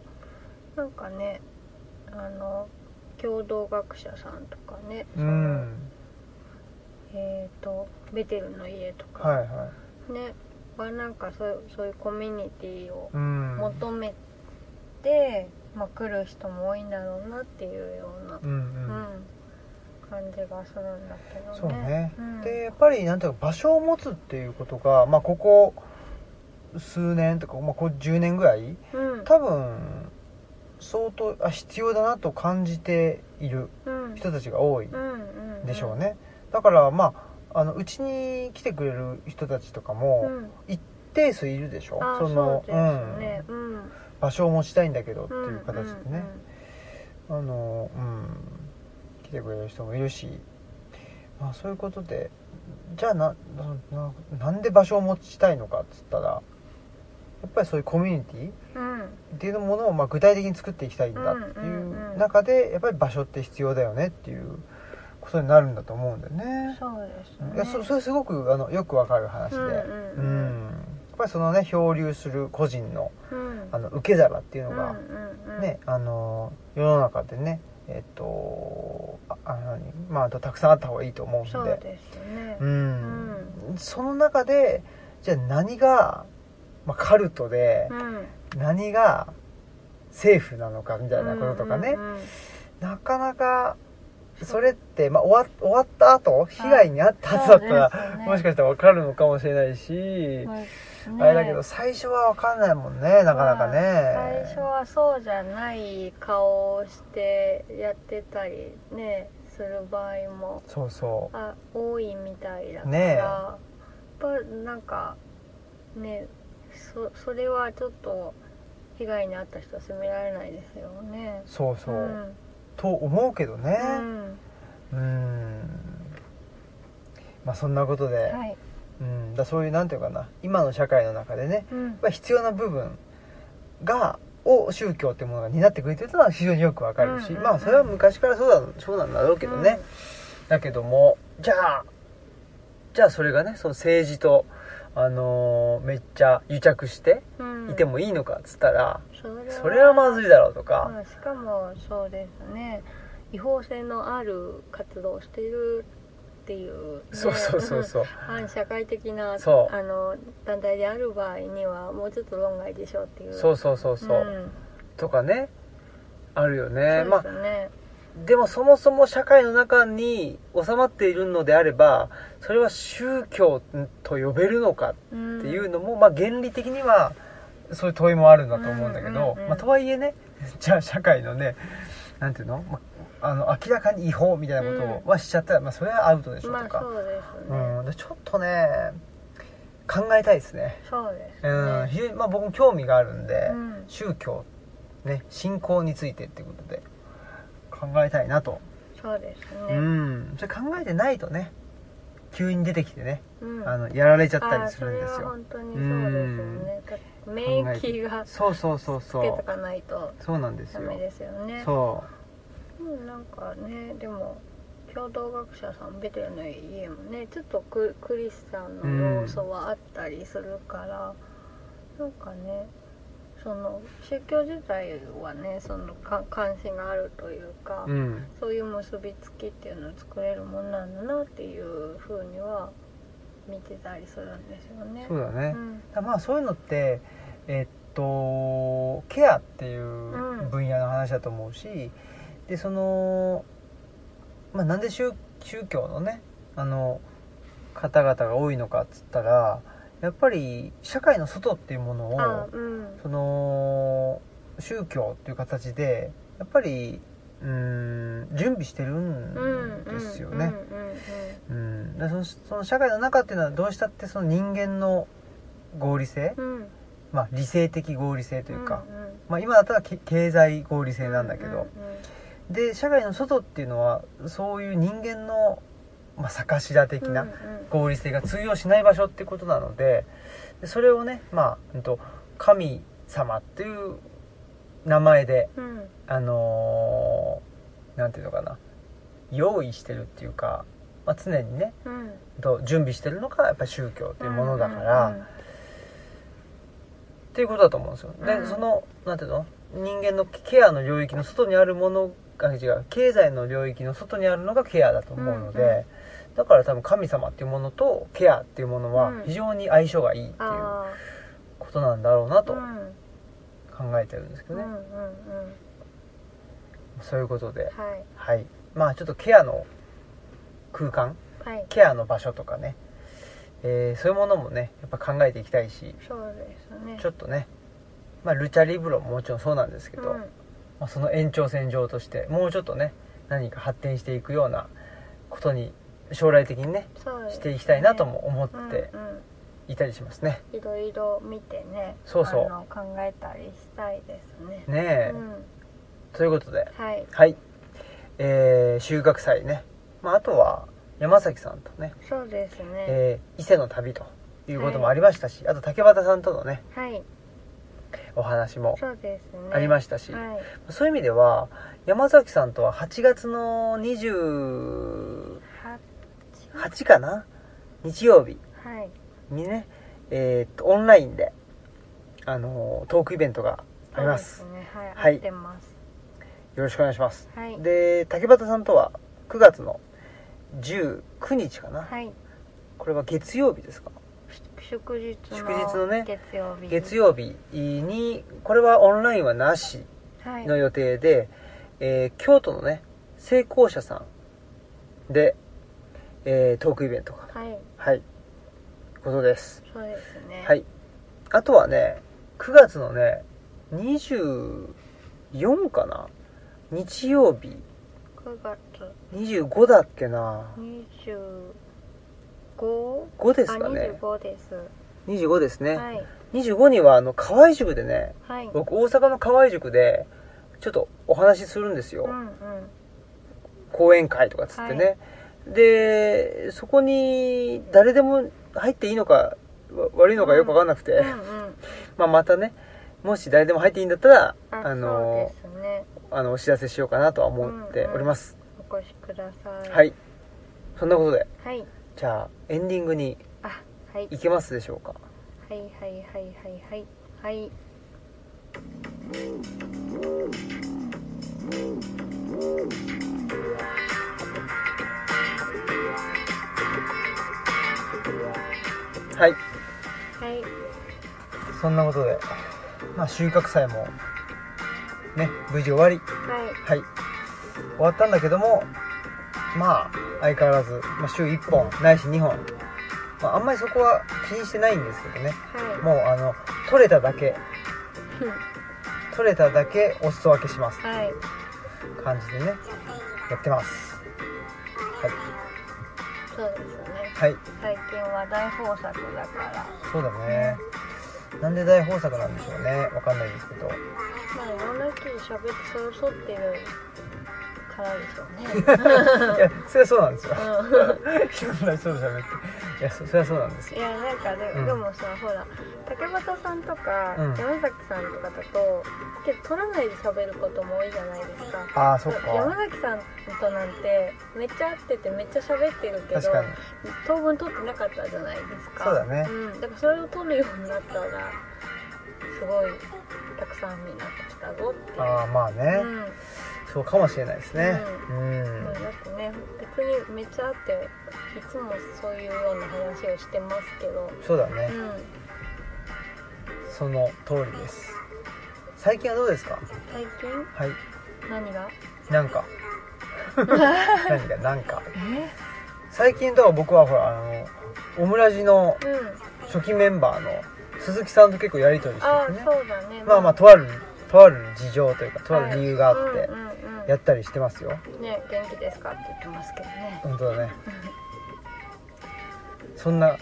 Speaker 2: なんかねあの共同学者さんとかね、
Speaker 1: う
Speaker 2: その
Speaker 1: ん
Speaker 2: えー、とベテルの家とか、
Speaker 1: はいはい
Speaker 2: ねはなんかそういうそういうコミュニティを
Speaker 1: うん
Speaker 2: 求めて、まあ、来る人も多いんだろうなっていうような、
Speaker 1: うんうん
Speaker 2: うん感じがするんだけどね。
Speaker 1: そうね、
Speaker 2: うん
Speaker 1: でやっぱりなんていうか場所を持つっていうことが、まあ、ここ数年とか、まあ、ここ10年ぐらい
Speaker 2: うん
Speaker 1: 多分相当あ必要だなと感じている
Speaker 2: うん
Speaker 1: 人たちが多い
Speaker 2: うんうん
Speaker 1: でしょうね、だからまああのうちに来てくれる人たちとか
Speaker 2: う
Speaker 1: も
Speaker 2: ん、
Speaker 1: 一定数いるでしょ、
Speaker 2: あそ
Speaker 1: そうの
Speaker 2: ですね、うん
Speaker 1: うん、場所を持ちたいんだけどって
Speaker 2: ん
Speaker 1: いう形でね、あのうん来てくれる人もいるし、まあ、そういうことでじゃあななななんで場所を持ちたいのかっつったらやっぱりそういうコミュニティ
Speaker 2: うんうん
Speaker 1: っていうものをまあ具体的に作っていきたいんだってい
Speaker 2: んうんう
Speaker 1: うん中でやっぱり場所って必要だよねっていうことになるんだと思うんだよ
Speaker 2: うん
Speaker 1: ね。
Speaker 2: そうですね
Speaker 1: いやそそれすごくあのよくわかる話で、
Speaker 2: うんうんうん
Speaker 1: やっぱりそのね漂流する個人の
Speaker 2: うん
Speaker 1: あの受け皿っていうのが、
Speaker 2: うんうん
Speaker 1: ね、あの世の中でねえっとああ何まああとたくさんあった方がいいと思うんで
Speaker 2: そうですね、
Speaker 1: うんその中でじゃあ何が、まあ、カルトで
Speaker 2: うん
Speaker 1: 何がセーフなのかみたいなこととかね、
Speaker 2: うんうんうん
Speaker 1: なかなかそれって、まあ、終わ終わった後被害に遭った後だった
Speaker 2: そうですよ
Speaker 1: ら、
Speaker 2: ね
Speaker 1: もしかしたら分かるのかもしれないし、
Speaker 2: まあね
Speaker 1: あれだけど最初は分かんないもんねなかなかね、
Speaker 2: 最初はそうじゃない顔をしてやってたりねする場合も
Speaker 1: そうそ
Speaker 2: あ多いみたいだから、
Speaker 1: ねえ
Speaker 2: やっぱなんかねそそれはちょっと被害に遭った人は責められないですよね
Speaker 1: う。そうそう、
Speaker 2: うん
Speaker 1: と思うけどねう
Speaker 2: うん
Speaker 1: んまあそんなことで、
Speaker 2: はい
Speaker 1: うんだそういうなんていうかな今の社会の中でね
Speaker 2: うん
Speaker 1: まあ必要な部分がを宗教ってものが担ってくれてるのは非常によくわかるし、
Speaker 2: うんうんうん
Speaker 1: まあそれは昔からそうだそうなんだろうけどね、だけどもじゃあじゃあそれがねその政治と、あのーめっちゃ癒着して
Speaker 2: うん
Speaker 1: いてもいいのかっつったら、
Speaker 2: それ
Speaker 1: それはまずいだろうとか、
Speaker 2: まあ、しかもそうですね違法性のある活動をしているっていう、ね、
Speaker 1: そうそうそうそう、
Speaker 2: 反社会的な
Speaker 1: そう
Speaker 2: あの団体である場合にはもうちょっと論外でしょうっていう
Speaker 1: そうそうそうそう、
Speaker 2: ん
Speaker 1: とかねあるよねま
Speaker 2: そう
Speaker 1: あ
Speaker 2: ですね、
Speaker 1: でもそもそも社会の中に収まっているのであればそれは宗教と呼べるのか
Speaker 2: うん
Speaker 1: っていうのも、まあ原理的にはそういう問いもあるんだと思うんだけど、
Speaker 2: うんうんうん
Speaker 1: まあ、とはいえね じゃあ社会のねなんていうの,、まあ、あの明らかに違法みたいなことを
Speaker 2: う、ん
Speaker 1: はしちゃったら、まあ、それはアウトでしょ
Speaker 2: ま
Speaker 1: と
Speaker 2: あ
Speaker 1: か、
Speaker 2: そうですね、
Speaker 1: うん、でちょっとね考えたいですね、
Speaker 2: そうですね
Speaker 1: うん非常にまあ、僕も興味があるんで、
Speaker 2: うん
Speaker 1: 宗教、ね、信仰についてっていうことで考えたいなと、
Speaker 2: そうです
Speaker 1: う
Speaker 2: ね、
Speaker 1: んそれ考えてないとね急に出てきてね、
Speaker 2: うん
Speaker 1: あのやられちゃった
Speaker 2: あ
Speaker 1: り
Speaker 2: ー
Speaker 1: するんです
Speaker 2: それは
Speaker 1: よ
Speaker 2: 本当にそうですよね、だって免疫がつ
Speaker 1: そうそうそうそう
Speaker 2: けとかないと
Speaker 1: そうなんです
Speaker 2: ダ
Speaker 1: よ
Speaker 2: メですよね
Speaker 1: そ
Speaker 2: うんなんかねでも共同学者さんベテランの家もねちょっとククリスチャンの要素はあったりするから、なんかねその宗教自体はねそのか関心があるというか、
Speaker 1: ううん
Speaker 2: そういう結びつきっていうのを作れるもんなんだなっていうふうには見てたりするんですよね。
Speaker 1: そうだね
Speaker 2: う、ん
Speaker 1: だまあそういうのってえっとケアっていう
Speaker 2: うん
Speaker 1: 分野の話だと思うし、でその、まあ、なんで宗宗教のねあの方々が多いのかっつったらやっぱり社会の外っていうもの
Speaker 2: あ
Speaker 1: を
Speaker 2: うん
Speaker 1: その宗教っていう形でやっぱりうーん準備してるんですよね。
Speaker 2: うんうんうんうん
Speaker 1: うん、でそのその社会の中っていうのはどうしたってその人間の合理性、
Speaker 2: うんうん
Speaker 1: まあ、理性的合理性というか、
Speaker 2: んん
Speaker 1: まあ、今だったらけ経済合理性なんだけど、
Speaker 2: うんうんうん
Speaker 1: で社会の外っていうのはそういう人間の、まあ、逆しら的
Speaker 2: う
Speaker 1: なん
Speaker 2: うん
Speaker 1: 合理性が通用しない場所ってことなのででそれをね、まあうんと、神様っていう名前で
Speaker 2: うん
Speaker 1: あのーなんていうのかな用意してるっていうか、まあ、常にね
Speaker 2: うん
Speaker 1: と準備してるのがやっぱり宗教というものだから、
Speaker 2: うんうんうん
Speaker 1: っていうことだと思うんですよ、
Speaker 2: う
Speaker 1: で
Speaker 2: ん
Speaker 1: そのなんていうの人間のケアの領域の外にあるものが違う経済の領域の外にあるのがケアだと思うので、
Speaker 2: うん
Speaker 1: だから多分神様っていうものとケアっていうものは
Speaker 2: うん
Speaker 1: 非常に相性がいいっていう
Speaker 2: あ
Speaker 1: ことなんだろうな
Speaker 2: ー
Speaker 1: と
Speaker 2: うん
Speaker 1: 考えてるんですけ
Speaker 2: う
Speaker 1: ど
Speaker 2: ん
Speaker 1: ね、
Speaker 2: うんうん
Speaker 1: そういうことで
Speaker 2: はい
Speaker 1: はいまあちょっとケアの空間
Speaker 2: はい
Speaker 1: ケアの場所とかね、えーそういうものもねやっぱ考えていきたいし
Speaker 2: そうですね
Speaker 1: ちょっとね、まあ、ルチャリブロももちろんそうなんですけど、
Speaker 2: うん
Speaker 1: まあ、その延長線上としてもうちょっとね何か発展していくようなことに将来的にね
Speaker 2: そうですね
Speaker 1: していきたいなとも思っ
Speaker 2: うん
Speaker 1: て
Speaker 2: うん
Speaker 1: いたりしますね。
Speaker 2: いろいろ見てね
Speaker 1: そうそう
Speaker 2: あの考えたりしたいですね
Speaker 1: ねえ、
Speaker 2: うん
Speaker 1: ということで
Speaker 2: はい
Speaker 1: はい、えー、収穫祭ね、まあ、あとは山崎さんとね、
Speaker 2: そうですね
Speaker 1: えー伊勢の旅ということもありましたし、あと竹俣さんとのね
Speaker 2: はい
Speaker 1: お話も
Speaker 2: そうですね
Speaker 1: ありましたし、
Speaker 2: はい
Speaker 1: そういう意味では山崎さんとは8月の20
Speaker 2: は
Speaker 1: 8かな日曜日
Speaker 2: はい
Speaker 1: にね、えーっと、オンラインで、あのートークイベントがあります。
Speaker 2: そうでね
Speaker 1: は
Speaker 2: はいい合ってます
Speaker 1: よろしくお願いします。
Speaker 2: はい
Speaker 1: で、竹端さんとは9月の19日かな、
Speaker 2: はい
Speaker 1: これは月曜日ですか
Speaker 2: 祝日の
Speaker 1: 祝日のね
Speaker 2: 月曜日
Speaker 1: 月
Speaker 2: 曜
Speaker 1: 曜日に、これはオンラインはなし
Speaker 2: はい
Speaker 1: の予定で、えー京都のね、成功者さんで、えートークイベントが
Speaker 2: はい
Speaker 1: はいことです
Speaker 2: そうですね
Speaker 1: はいあとはね9月のね24かな日曜日
Speaker 2: 9月
Speaker 1: 25だっけな
Speaker 2: 25
Speaker 1: 5で
Speaker 2: あ
Speaker 1: すかね
Speaker 2: 25です、
Speaker 1: 25ですね、
Speaker 2: はい
Speaker 1: 25にはあの河合塾でね
Speaker 2: はい
Speaker 1: 僕大阪の河合塾でちょっとお話しするんですよ、
Speaker 2: うんうん
Speaker 1: 講演会とかっつってね、でそこに誰でも入っていいのかわ悪いのかよく分かんなくて、
Speaker 2: うんうん
Speaker 1: まあ、またねもし誰でも入っていいんだったら
Speaker 2: あ
Speaker 1: あの
Speaker 2: そうですね
Speaker 1: あのお知らせしようかなとは思っております、
Speaker 2: お越しください
Speaker 1: はいいそんなことで
Speaker 2: はい
Speaker 1: じゃあエンディングに
Speaker 2: あはい
Speaker 1: 行けますでしょうか
Speaker 2: はいはいはいはいはいはい
Speaker 1: はい
Speaker 2: はい
Speaker 1: そんなことで、まあ、収穫祭もね無事終わり
Speaker 2: はい
Speaker 1: はい終わったんだけどもまあ相変わらず、まあ、週1本ないし2本、まあ、あんまりそこは気にしてないんですけどね
Speaker 2: は
Speaker 1: もうあの取れただけ
Speaker 2: いうん
Speaker 1: 取れただけお裾分けします
Speaker 2: はい
Speaker 1: 感じでねやってます
Speaker 2: そうですね
Speaker 1: はい
Speaker 2: 最近は大豊作だから
Speaker 1: そうだねなんで大豊作なんでしょうねわかんないですけど
Speaker 2: まあいろんな人に喋ってそれを沿ってるからでしょうね
Speaker 1: いやそれはそうなんですよ
Speaker 2: うん
Speaker 1: いろんな人と喋っていやそそれはそうなんですよ
Speaker 2: いやなんかで,、
Speaker 1: うん
Speaker 2: でもさほら竹俣さんとか、
Speaker 1: うん
Speaker 2: 山崎さんとかだと結構取らないで喋ることも多いじゃないですか
Speaker 1: ああそっ
Speaker 2: 山
Speaker 1: か
Speaker 2: 崎さんとなんてめっちゃ会っててめっちゃ喋ってるけど
Speaker 1: 確かに
Speaker 2: 当分取ってなかったじゃないですか
Speaker 1: そうだね
Speaker 2: うん、だからそれを取るようになったらすごいたくさんになってきたぞっていう
Speaker 1: ああまあね、
Speaker 2: うん
Speaker 1: そうかもしれないですねうん、
Speaker 2: うんだってね別にめっちゃ会っていつもそういうような話をしてますけど
Speaker 1: そうだね、
Speaker 2: うん
Speaker 1: その通りです最近はどうですか
Speaker 2: 最近
Speaker 1: はい
Speaker 2: 何が
Speaker 1: なんか 何かなんか最近とか僕はほらあのオムラジの
Speaker 2: うん
Speaker 1: 初期メンバーの鈴木さんと結構やり取りして
Speaker 2: ああ
Speaker 1: てね
Speaker 2: そうだね
Speaker 1: まあまあとあるとある事情というかとある理由があって
Speaker 2: うんうんうん
Speaker 1: やったりしてますよ
Speaker 2: ね元気ですかって言ってますけどね
Speaker 1: 本当だねそんな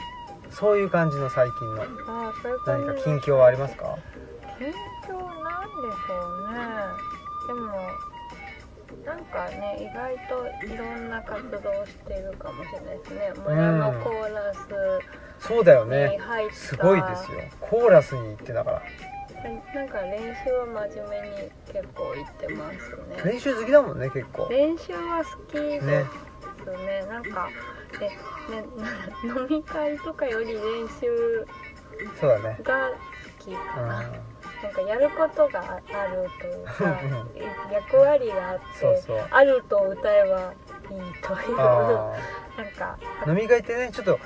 Speaker 1: そういう感じの最近の
Speaker 2: ああそういう
Speaker 1: 何
Speaker 2: 感
Speaker 1: か
Speaker 2: じ
Speaker 1: 近況はありますか
Speaker 2: 近況なんでしょうねでもなんかね意外といろんな活動をしてるかもしれないですね村のコーラス
Speaker 1: そうだよ
Speaker 2: に
Speaker 1: ね
Speaker 2: 入った、
Speaker 1: すごいですよコーラスに行ってだから
Speaker 2: なんか練習は真面目に結構行ってますね
Speaker 1: 練習好きだもんね結構
Speaker 2: 練習は好きですね
Speaker 1: ね
Speaker 2: なんかえ、ね、な飲み会とかより練習
Speaker 1: そうだね
Speaker 2: が好き
Speaker 1: う
Speaker 2: かな、
Speaker 1: ん
Speaker 2: なんかやることがああると いうか
Speaker 1: うん
Speaker 2: え役割があって
Speaker 1: そうそう
Speaker 2: あると歌えばいいという
Speaker 1: あ
Speaker 2: なんか
Speaker 1: ー飲み会ってねちょっと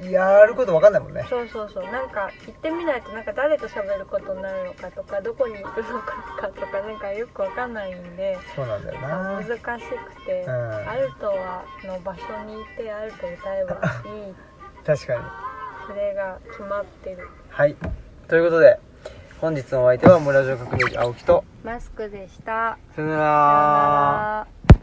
Speaker 1: いやることわかんないもんね
Speaker 2: そうそうそうなんか行ってみないとなんか誰と喋ることになるのかとかどこに行くのかとかなんかよくわかんないんで
Speaker 1: そうなんだよな
Speaker 2: 難しくて、
Speaker 1: うん
Speaker 2: あるとはの場所にいてあると歌えばいい
Speaker 1: 確かに
Speaker 2: それが決まってる
Speaker 1: はいということで本日のお相手は村上革命児青木と
Speaker 2: マスクでした
Speaker 1: さよな
Speaker 2: さよう
Speaker 1: ら
Speaker 2: なら